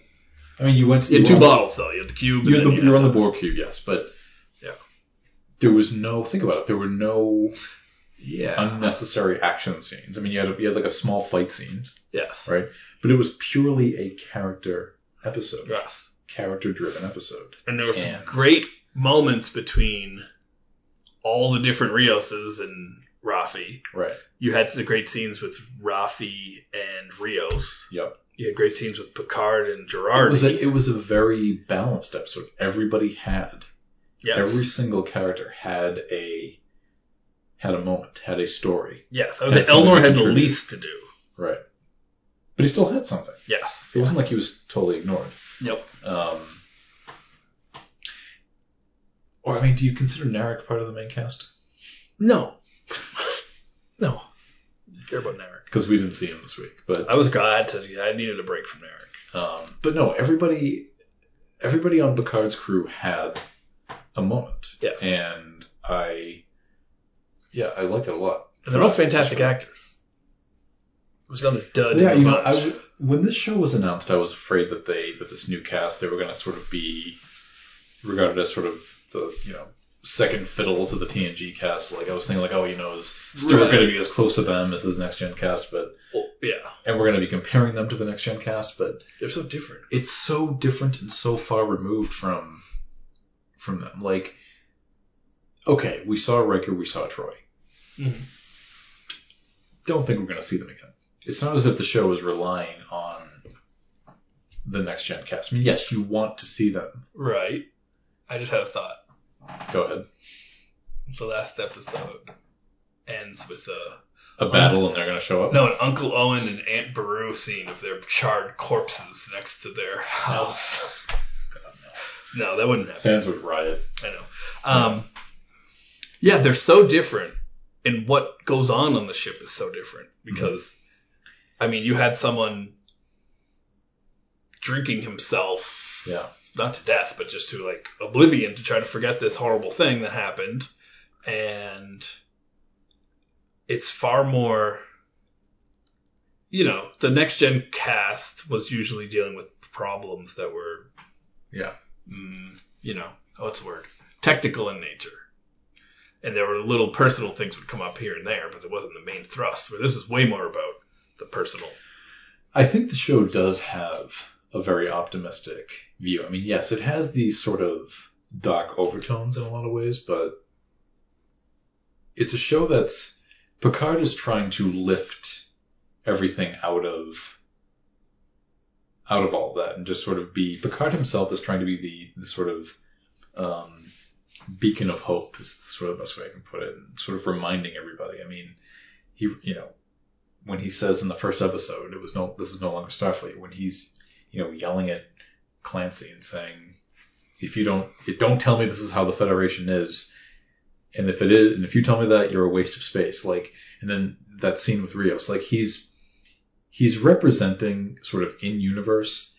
Speaker 2: I mean, you went. To,
Speaker 1: You had
Speaker 2: were
Speaker 1: two
Speaker 2: on-
Speaker 1: bottles though. You had the cube.
Speaker 2: You, had
Speaker 1: and
Speaker 2: the,
Speaker 1: then
Speaker 2: you were on the board cube, yes, but
Speaker 1: Yeah.
Speaker 2: there was no. Think about it. There were no
Speaker 1: yeah.
Speaker 2: unnecessary action scenes. I mean, you had a, you had like a small fight scene,
Speaker 1: yes.
Speaker 2: Right. but it was purely a character episode,
Speaker 1: Yes.
Speaker 2: character driven episode.
Speaker 1: And there were some
Speaker 2: And-
Speaker 1: great moments between all the different Rioses and Rafi.
Speaker 2: Right.
Speaker 1: You had some great scenes with Rafi and Rios.
Speaker 2: Yep.
Speaker 1: You had great scenes with Picard and Gerard.
Speaker 2: It was a, it was a very balanced episode. Everybody had
Speaker 1: yes.
Speaker 2: every single character had a had a moment, had a story.
Speaker 1: yes. I would say
Speaker 2: had something
Speaker 1: Elnor had the
Speaker 2: contributed.
Speaker 1: least to do.
Speaker 2: Right. But he still had something.
Speaker 1: Yes.
Speaker 2: It wasn't like he was totally ignored.
Speaker 1: Yep.
Speaker 2: Um, or, I mean, do you consider Narek part of the main cast?
Speaker 1: No. no. care about Narek.
Speaker 2: Because we didn't see him this week. But,
Speaker 1: I was glad to. I needed a break from Narek.
Speaker 2: um, but no, everybody, everybody on Picard's crew had a moment.
Speaker 1: Yes.
Speaker 2: And I, yeah, I liked it a lot.
Speaker 1: And they're all fantastic actors. It was another dud.
Speaker 2: Yeah,
Speaker 1: in the
Speaker 2: you know,
Speaker 1: bunch.
Speaker 2: I w- when this show was announced, I was afraid that they that this new cast they were going to sort of be regarded as sort of the you know second fiddle to the TNG cast. Like I was thinking, like oh, you know, is Stewart
Speaker 1: Right.
Speaker 2: going to be as close to them as his next gen cast? But
Speaker 1: Well, yeah,
Speaker 2: and we're going to be comparing them to the next gen cast, but
Speaker 1: they're so different.
Speaker 2: it's so different and so far removed from from them. Like, okay, we saw Riker, we saw Troy. Mm-hmm.
Speaker 1: Mhm.
Speaker 2: Don't think we're going to see them again. It's not as if the show is relying on the next gen cast. I mean, yes, you want to see them.
Speaker 1: Right. I just had a thought.
Speaker 2: Go ahead.
Speaker 1: The last episode ends with a
Speaker 2: A battle, and they're going to show up.
Speaker 1: no, an Uncle Owen and Aunt Beru scene of their charred corpses next to
Speaker 2: Oh.
Speaker 1: their house. no, that wouldn't happen.
Speaker 2: Fans would riot.
Speaker 1: I know. Um, yeah, they're so different, and what goes on on the ship is so different
Speaker 2: Mm-hmm.
Speaker 1: because, I mean, you had someone drinking himself,
Speaker 2: Yeah.
Speaker 1: not to death, but just to like oblivion to try to forget this horrible thing that happened, and it's far more. You know, the next gen cast was usually dealing with problems that were
Speaker 2: Yeah.
Speaker 1: mm, you know, what's the word? Technical in nature. And there were little personal things would come up here and there, but it wasn't the main thrust. Where this is way more about the personal.
Speaker 2: I think the show does have a very optimistic view. I mean, yes, it has these sort of dark overtones in a lot of ways, but it's a show that's Picard is trying to lift everything out of out of all that and just sort of be Picard himself is trying to be the, the sort of um, beacon of hope is sort of the best way I can put it, and sort of reminding everybody. I mean, he you know when he says in the first episode, it was no, this is no longer Starfleet. When he's, you know, yelling at Clancy and saying, if you don't, if you don't tell me this is how the Federation is, and if it is, and if you tell me that, you're a waste of space. Like, and then that scene with Rios, like he's, he's representing sort of in universe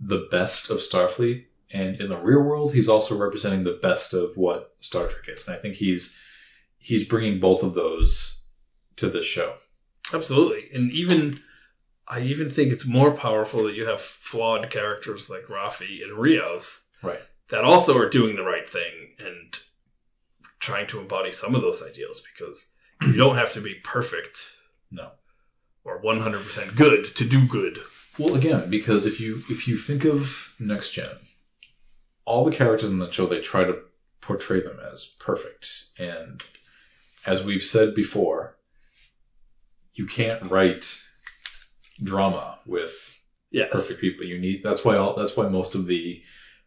Speaker 2: the best of Starfleet, and in the real world, he's also representing the best of what Star Trek is. And I think he's, he's bringing both of those to this show.
Speaker 1: Absolutely. And even, I even think it's more powerful that you have flawed characters like Rafi and Rios
Speaker 2: Right.
Speaker 1: that also are doing the right thing and trying to embody some of those ideals because you don't have to be perfect
Speaker 2: No.
Speaker 1: or 100% good to do good.
Speaker 2: Well, again, because if you if you think of next gen, all the characters in the show they try to portray them as perfect, and as we've said before, you can't write drama with
Speaker 1: Yes.
Speaker 2: perfect people. You need that's why all that's why most of the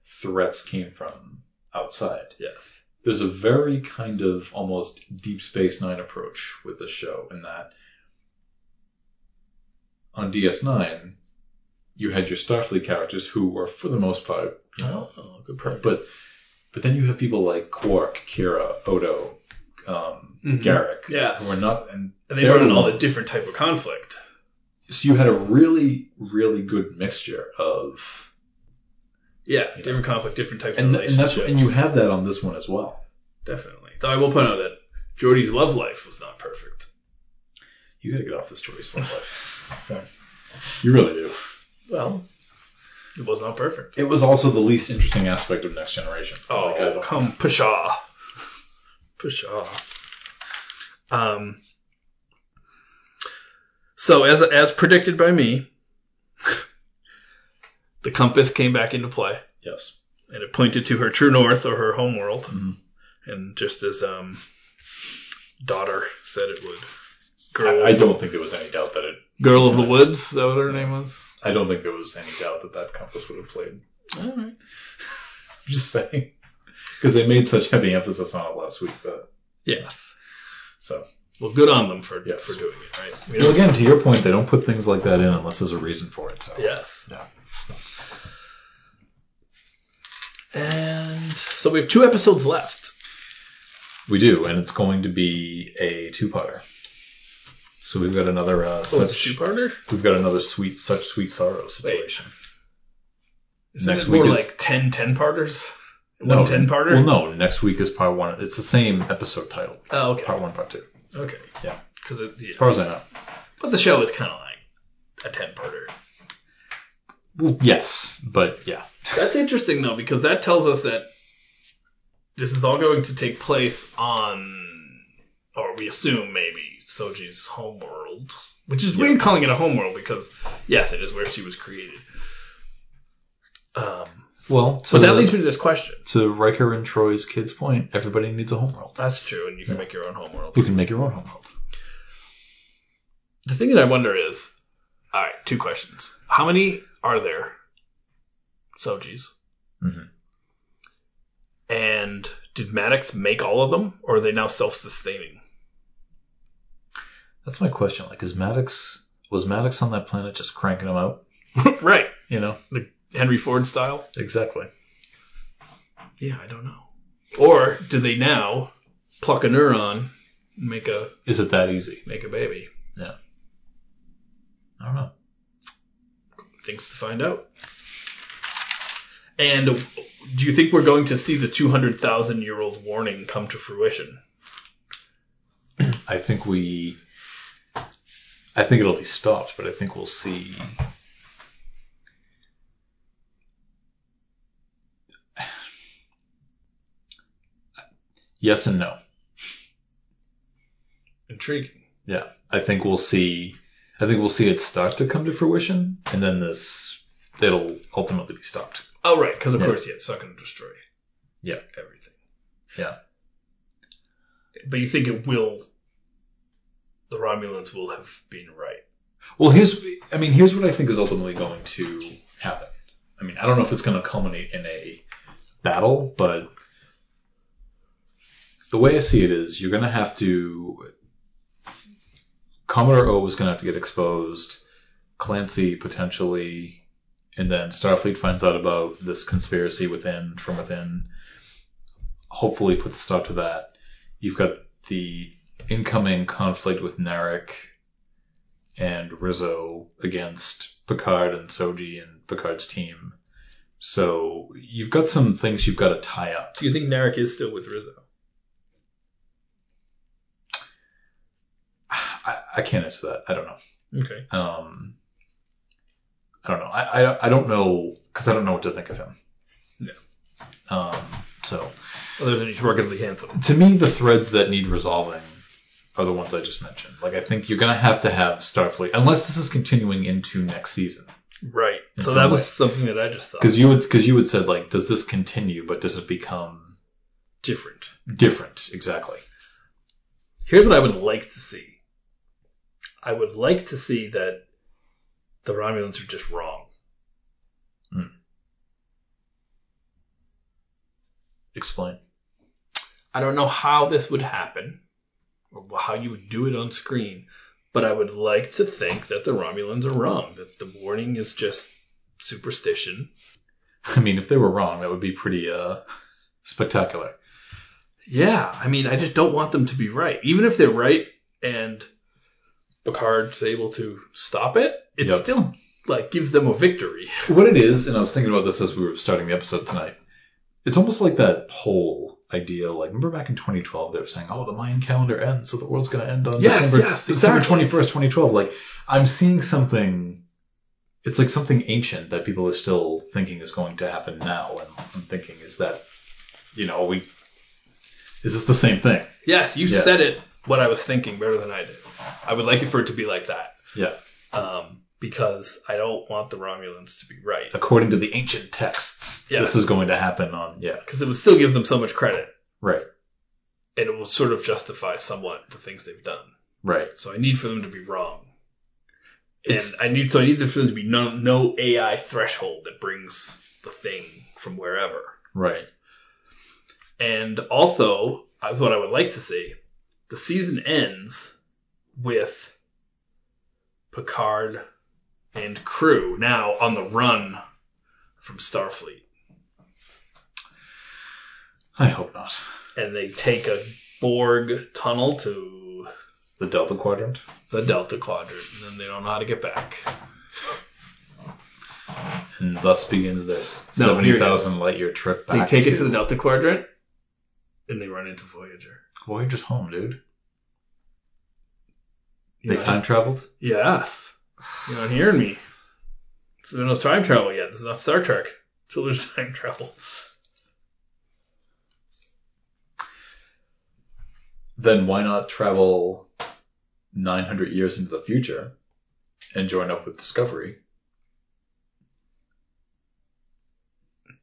Speaker 2: threats came from outside.
Speaker 1: Yes.
Speaker 2: there's a very kind of almost Deep Space Nine approach with this show, in that on DS9, you had your Starfleet characters who were, for the most part, you know,
Speaker 1: Oh, good point.
Speaker 2: but but then you have people like Quark, Kira, Odo, um,
Speaker 1: Mhm.
Speaker 2: Garrick,
Speaker 1: Yes.
Speaker 2: who are not, and
Speaker 1: And they
Speaker 2: They're
Speaker 1: brought in
Speaker 2: the
Speaker 1: all
Speaker 2: one-
Speaker 1: the different type of conflict.
Speaker 2: so you had a really, really good mixture of
Speaker 1: Yeah,
Speaker 2: Yeah.
Speaker 1: different conflict, different types
Speaker 2: and,
Speaker 1: of
Speaker 2: and that's
Speaker 1: relationships.
Speaker 2: and you have that on this one as well.
Speaker 1: definitely. Though I will point out that Jordy's love life was not perfect.
Speaker 2: You gotta get off this choice life. you really do.
Speaker 1: Well, it was not perfect.
Speaker 2: It was also the least interesting aspect of Next Generation.
Speaker 1: Oh,
Speaker 2: Like, I don't-
Speaker 1: come pshaw, pshaw. Um. So as as predicted by me, the compass came back into play.
Speaker 2: Yes.
Speaker 1: and it pointed to her true north or her homeworld.
Speaker 2: Mhm.
Speaker 1: And just as um, daughter said it would, girl,
Speaker 2: I, I don't think there was any doubt that it.
Speaker 1: girl of the woods. Is that what her name was?
Speaker 2: I don't think there was any doubt that that compass would have played.
Speaker 1: All right.
Speaker 2: I'm just saying, because they made such heavy emphasis on it last week. But
Speaker 1: Yes.
Speaker 2: so.
Speaker 1: Well, good on them for
Speaker 2: Yes.
Speaker 1: for doing it, right? We
Speaker 2: Well,
Speaker 1: don't-
Speaker 2: again, to your point, they don't put things like that in unless there's a reason for it. So.
Speaker 1: Yes.
Speaker 2: Yeah.
Speaker 1: And so we have two episodes left.
Speaker 2: We do, and it's going to be a two-parter. So we've got another uh,
Speaker 1: So Oh, it's a
Speaker 2: such
Speaker 1: two-parter.
Speaker 2: we've got another sweet such sweet sorrow situation.
Speaker 1: Isn't
Speaker 2: Next
Speaker 1: it
Speaker 2: week
Speaker 1: more
Speaker 2: is-
Speaker 1: like 10 10 parters? One 10 parter?
Speaker 2: Well, no. Next week is part one. It's the same episode title.
Speaker 1: Oh, okay.
Speaker 2: Part one, part two.
Speaker 1: Okay.
Speaker 2: Yeah.
Speaker 1: Because it, yeah.
Speaker 2: As far as I know.
Speaker 1: But the show is kind of like a 10 parter.
Speaker 2: Well, yes, but yeah.
Speaker 1: That's interesting, though, because that tells us that this is all going to take place on, or we assume maybe, Soji's homeworld. Which is weird calling it a homeworld because, yes, it is where she was created. Um,
Speaker 2: Well,
Speaker 1: but that leads me to this question.
Speaker 2: to Riker and Troy's kids' point. Everybody needs a homeworld.
Speaker 1: That's true, and you can make your own homeworld.
Speaker 2: You can make your own homeworld.
Speaker 1: The thing that I wonder is, all right, two questions. How many are there Sojis? Mm-hmm.
Speaker 2: Mhm.
Speaker 1: And did Maddox make all of them, or are they now self-sustaining?
Speaker 2: That's my question. Like, is Maddox was Maddox on that planet just cranking them out?
Speaker 1: right,
Speaker 2: You know,
Speaker 1: Henry Ford style.
Speaker 2: exactly.
Speaker 1: Yeah, I don't know. Or do they now pluck a neuron, and make a
Speaker 2: Is it that easy?
Speaker 1: make a baby?
Speaker 2: I don't know.
Speaker 1: Things to find out. And do you think we're going to see the 200,000 year old warning come to fruition?
Speaker 2: I think we. I think it'll be stopped, but I think we'll see. Yes and no.
Speaker 1: Intriguing.
Speaker 2: I think we'll see. I think we'll see it start to come to fruition, and then this it'll ultimately be stopped.
Speaker 1: Oh, right, because of
Speaker 2: Yeah.
Speaker 1: course, yeah, it's not going to destroy.
Speaker 2: Yeah.
Speaker 1: everything.
Speaker 2: Yeah.
Speaker 1: but you think it will? The Romulans will have been right.
Speaker 2: Well, here's I mean here's what I think is ultimately going to happen. I mean I don't know if it's going to culminate in a battle, but the way I see it is you're going to have to Commodore O is going to have to get exposed, Clancy potentially, and then Starfleet finds out about this conspiracy within from within. Hopefully, puts a stop to that. You've got the incoming conflict with Narek and Rizzo against Picard and Soji and Picard's team. So you've got some things you've got to tie up.
Speaker 1: Do you think Narek is still with Rizzo?
Speaker 2: I, I can't answer that. I don't know.
Speaker 1: Okay,
Speaker 2: Um, I don't know. I, I, I don't know because I don't know what to think of him.
Speaker 1: No.
Speaker 2: Um, so
Speaker 1: other than he's ruggedly handsome.
Speaker 2: to me, the threads that need resolving are the ones I just mentioned. Like I think you're gonna have to have Starfleet unless this is continuing into next season.
Speaker 1: Right.
Speaker 2: In
Speaker 1: so
Speaker 2: some
Speaker 1: that
Speaker 2: way.
Speaker 1: was something that I just thought
Speaker 2: Because you would because you would said like, does this continue? But does it become
Speaker 1: different.
Speaker 2: different? Exactly.
Speaker 1: Here's what I would like to see. I would like to see that the Romulans are just wrong.
Speaker 2: Explain.
Speaker 1: I don't know how this would happen or how you would do it on screen, but I would like to think that the Romulans are wrong, that the warning is just superstition.
Speaker 2: I mean, if they were wrong, that would be pretty uh, spectacular.
Speaker 1: Yeah, I mean, I just don't want them to be right. Even if they're right and Picard's able to stop it, it
Speaker 2: Yep.
Speaker 1: still like gives them a victory.
Speaker 2: What it is, and I was thinking about this as we were starting the episode tonight. It's almost like that whole idea. Like, remember back in 2012, they were saying, "Oh, the Mayan calendar ends, so the world's going to end on
Speaker 1: Yes,
Speaker 2: December,
Speaker 1: yes,
Speaker 2: December
Speaker 1: exactly.
Speaker 2: 21st, 2012." Like, I'm seeing something. It's like something ancient that people are still thinking is going to happen now, and I'm thinking, is that, you know, are we, is this the same thing?
Speaker 1: Yes, you
Speaker 2: Yeah.
Speaker 1: said it what I was thinking better than I did. I would like it for it to be like that.
Speaker 2: Yeah.
Speaker 1: Um, because I don't want the Romulans to be right.
Speaker 2: According to the ancient texts,
Speaker 1: Yes.
Speaker 2: this is going to happen on. Yeah,
Speaker 1: Because it would still give them so much credit.
Speaker 2: right,
Speaker 1: and it will sort of justify somewhat the things they've done.
Speaker 2: right.
Speaker 1: So I need for them to be wrong,
Speaker 2: It's-
Speaker 1: and I need so I need for them to be no no AI threshold that brings the thing from wherever.
Speaker 2: right.
Speaker 1: And also, I- what I would like to see, the season ends with Picard and crew now on the run from Starfleet,
Speaker 2: I hope not.
Speaker 1: and they take a Borg tunnel to
Speaker 2: The Delta Quadrant.
Speaker 1: the Delta Quadrant, and then they don't know how to get back.
Speaker 2: and thus begins their s-
Speaker 1: No, here it is.
Speaker 2: 70,000 light year trip
Speaker 1: They
Speaker 2: back
Speaker 1: take it to the Delta Quadrant, and they run into Voyager.
Speaker 2: Voyager's home, dude.
Speaker 1: You
Speaker 2: They
Speaker 1: know,
Speaker 2: time traveled?
Speaker 1: Yes. You're not hearing me. This is no time travel yet. This is not Star Trek. Until there's time travel.
Speaker 2: Then why not travel 900 years into the future and join up with Discovery?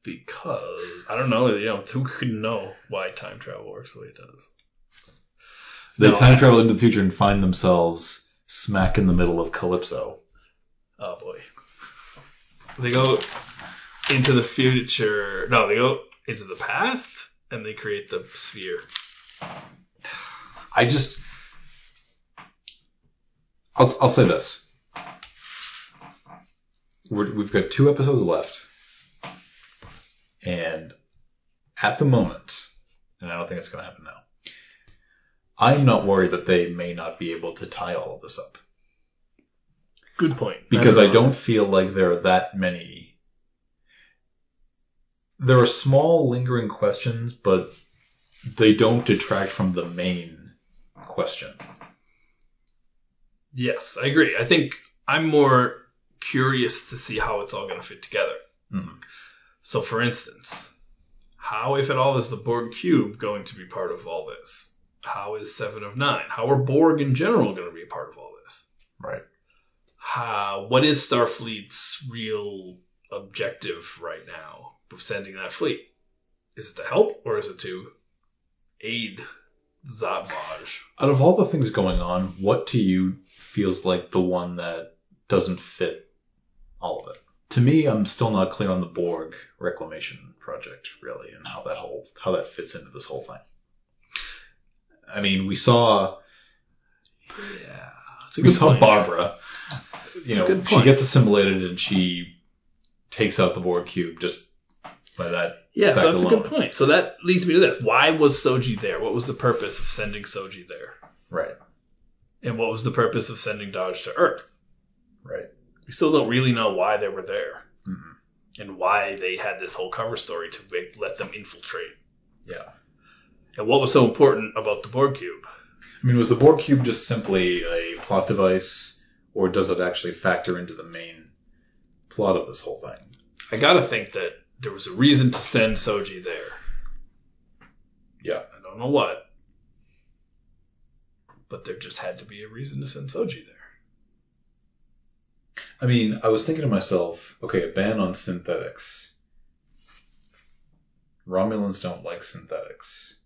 Speaker 1: Because I don't know, you know, who could know why time travel works the way it does?
Speaker 2: They
Speaker 1: No,
Speaker 2: time
Speaker 1: I-
Speaker 2: travel into the future and find themselves smack in the middle of Calypso.
Speaker 1: Oh boy. They go into the future. No, they go into the past and they create the sphere.
Speaker 2: I just. I'll, I'll say this. We're, we've got two episodes left. And at the moment, and I don't think it's going to happen now, I'm not worried that they may not be able to tie all of this up.
Speaker 1: Good point.
Speaker 2: Because I
Speaker 1: know.
Speaker 2: don't feel like there are that many. There are small lingering questions, but they don't detract from the main question.
Speaker 1: Yes, I agree. I think I'm more curious to see how it's all going to fit together. Hmm.
Speaker 2: Mhm.
Speaker 1: So, for instance, how, if at all, is the Borg cube going to be part of all this? How is Seven of Nine? How are Borg in general going to be a part of all this?
Speaker 2: Right.
Speaker 1: How, what is Starfleet's real objective right now of sending that fleet? Is it to help or is it to aid Zavaj?
Speaker 2: out of all the things going on, what to you feels like the one that doesn't fit all of it? To me, I'm still not clear on the Borg reclamation project really, and how that whole how that fits into this whole thing. I mean, we saw
Speaker 1: Yeah. it's a
Speaker 2: we
Speaker 1: good
Speaker 2: saw
Speaker 1: point.
Speaker 2: Barbara. You
Speaker 1: It's a
Speaker 2: know,
Speaker 1: good
Speaker 2: she
Speaker 1: point.
Speaker 2: gets assimilated and she takes out the Borg cube just by that.
Speaker 1: Yeah, so
Speaker 2: fact
Speaker 1: that's a
Speaker 2: alone.
Speaker 1: good point. So that leads me to this. Why was Soji there? What was the purpose of sending Soji there?
Speaker 2: Right.
Speaker 1: And what was the purpose of sending Dodge to Earth?
Speaker 2: Right.
Speaker 1: We still don't really know why they were there
Speaker 2: Mhm.
Speaker 1: and why they had this whole cover story to make, let them infiltrate.
Speaker 2: Yeah.
Speaker 1: And what was so important about the Borg Cube?
Speaker 2: I mean, was the Borg cube just simply a plot device, or does it actually factor into the main plot of this whole thing?
Speaker 1: I gotta think that there was a reason to send Soji there.
Speaker 2: Yeah.
Speaker 1: I don't know what. But there just had to be a reason to send Soji there.
Speaker 2: I mean, I was thinking to myself, okay, a ban on synthetics. Romulans don't like synthetics.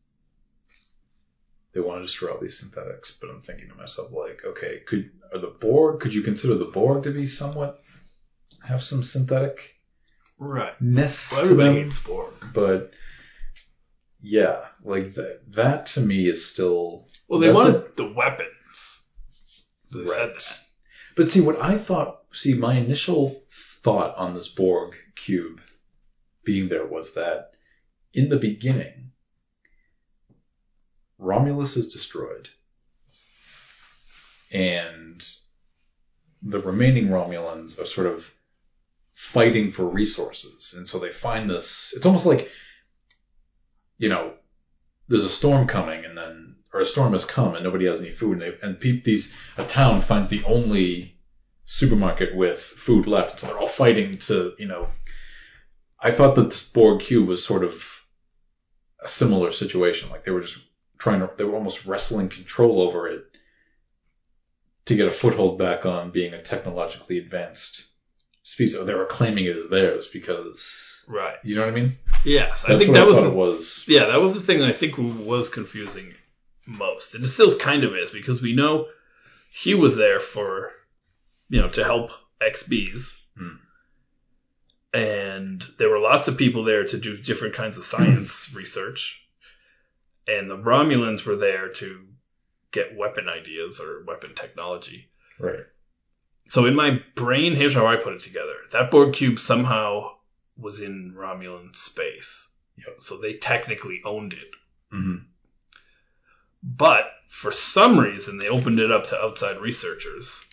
Speaker 2: They want to destroy all these synthetics, but I'm thinking to myself, like, okay, could are the Borg? Could you consider the Borg to be somewhat have some synthetic
Speaker 1: Right.
Speaker 2: ness?
Speaker 1: Well, everybody
Speaker 2: to them?
Speaker 1: hates Borg.
Speaker 2: but yeah, like th- that to me is still
Speaker 1: Well, they
Speaker 2: That's
Speaker 1: wanted the weapons. They said
Speaker 2: right.
Speaker 1: that.
Speaker 2: But see, what I thought, see, my initial thought on this Borg cube being there was that in the beginning, Romulus is destroyed, and the remaining Romulans are sort of fighting for resources, and so they find this. It's almost like, you know, there's a storm coming, and then or a storm has come, and nobody has any food, and they and peop, these a town finds the only supermarket with food left, so they're all fighting to you know. I thought that this Borg cube was sort of a similar situation, like they were just trying to, they were almost wrestling control over it to get a foothold back on being a technologically advanced species. Or they were claiming it as theirs because
Speaker 1: Right.
Speaker 2: you know what I mean.
Speaker 1: Yes, I
Speaker 2: That's
Speaker 1: think
Speaker 2: what
Speaker 1: that was
Speaker 2: thought
Speaker 1: the,
Speaker 2: it was.
Speaker 1: yeah, that was the thing that I think was confusing most, and it still kind of is because we know he was there for you know to help XBs,
Speaker 2: Hmm.
Speaker 1: and there were lots of people there to do different kinds of
Speaker 2: Hmm.
Speaker 1: science research, and the Romulans were there to get weapon ideas or weapon technology.
Speaker 2: Right.
Speaker 1: So in my brain, here's how I put it together. That Borg cube somehow was in Romulan space.
Speaker 2: Yep.
Speaker 1: So they technically owned it.
Speaker 2: hmm
Speaker 1: But for some reason, they opened it up to outside researchers,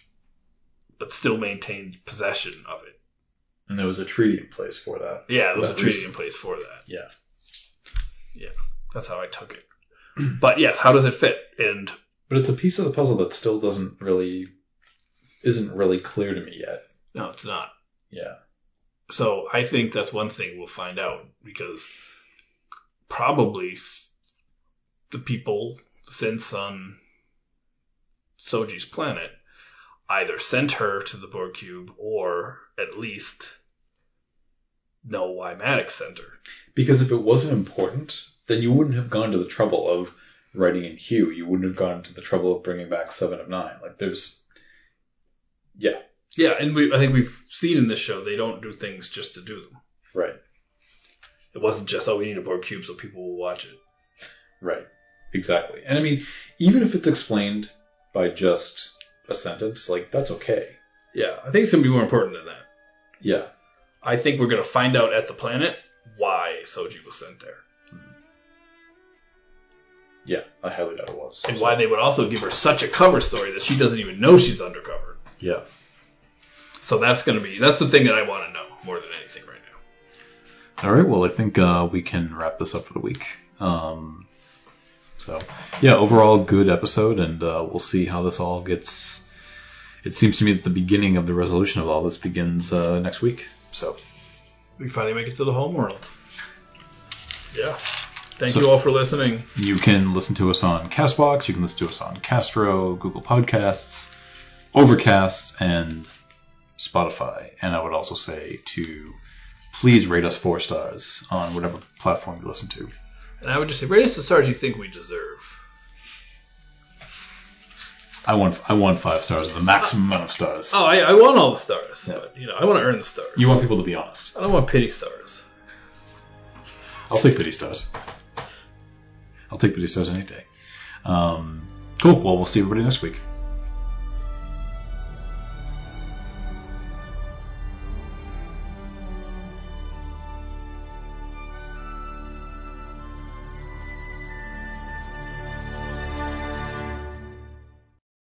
Speaker 1: but still maintained possession of it.
Speaker 2: And there was a treaty in place for that.
Speaker 1: Yeah, there was a
Speaker 2: That
Speaker 1: treaty
Speaker 2: reason.
Speaker 1: in place for that.
Speaker 2: Yeah.
Speaker 1: Yeah. That's how I took it. But yes, how does it fit? And
Speaker 2: But it's a piece of the puzzle that still doesn't really isn't really clear to me yet.
Speaker 1: no, it's not.
Speaker 2: Yeah.
Speaker 1: So I think that's one thing we'll find out because probably s- the people since on Soji's planet either sent her to the Borg cube or at least know why Maddox sent her.
Speaker 2: Because if it wasn't important, then you wouldn't have gone to the trouble of writing in Hugh. You wouldn't have gone to the trouble of bringing back Seven of Nine. Like there's, yeah,
Speaker 1: Yeah, and we I think we've seen in this show they don't do things just to do them.
Speaker 2: right,
Speaker 1: It wasn't just oh we need a Borg cube so people will watch it.
Speaker 2: right, exactly. And I mean, even if it's explained by just a sentence, like that's okay.
Speaker 1: Yeah, I think it's gonna be more important than that.
Speaker 2: Yeah,
Speaker 1: I think we're gonna find out at the planet why Soji was sent there
Speaker 2: yeah, I highly doubt it was.
Speaker 1: and why they would also give her such a cover story that she doesn't even know she's undercover.
Speaker 2: Yeah,
Speaker 1: So that's gonna be that's the thing that I want to know more than anything right now.
Speaker 2: All right. Well, I think uh, we can wrap this up for the week. Um, so, yeah, overall, good episode, and uh, we'll see how this all gets. It seems to me that the beginning of the resolution of all this begins uh, next week. So,
Speaker 1: We finally make it to the homeworld. Yes. Thank
Speaker 2: So-
Speaker 1: you all for listening.
Speaker 2: you can listen to us on Castbox, you can listen to us on Castro, Google Podcasts, Overcast, and Spotify. And I would also say to please rate us four stars on whatever platform you listen to.
Speaker 1: And I would just say rate us the stars you think we deserve.
Speaker 2: I want I want five stars, the maximum amount of stars.
Speaker 1: Oh, I, I want all the stars,
Speaker 2: Yeah.
Speaker 1: but you know I want to earn the stars.
Speaker 2: You want people to be honest.
Speaker 1: I don't want pity stars.
Speaker 2: I'll take pity stars. I'll take pity stars any day. Um, cool. Well, we'll see everybody next week.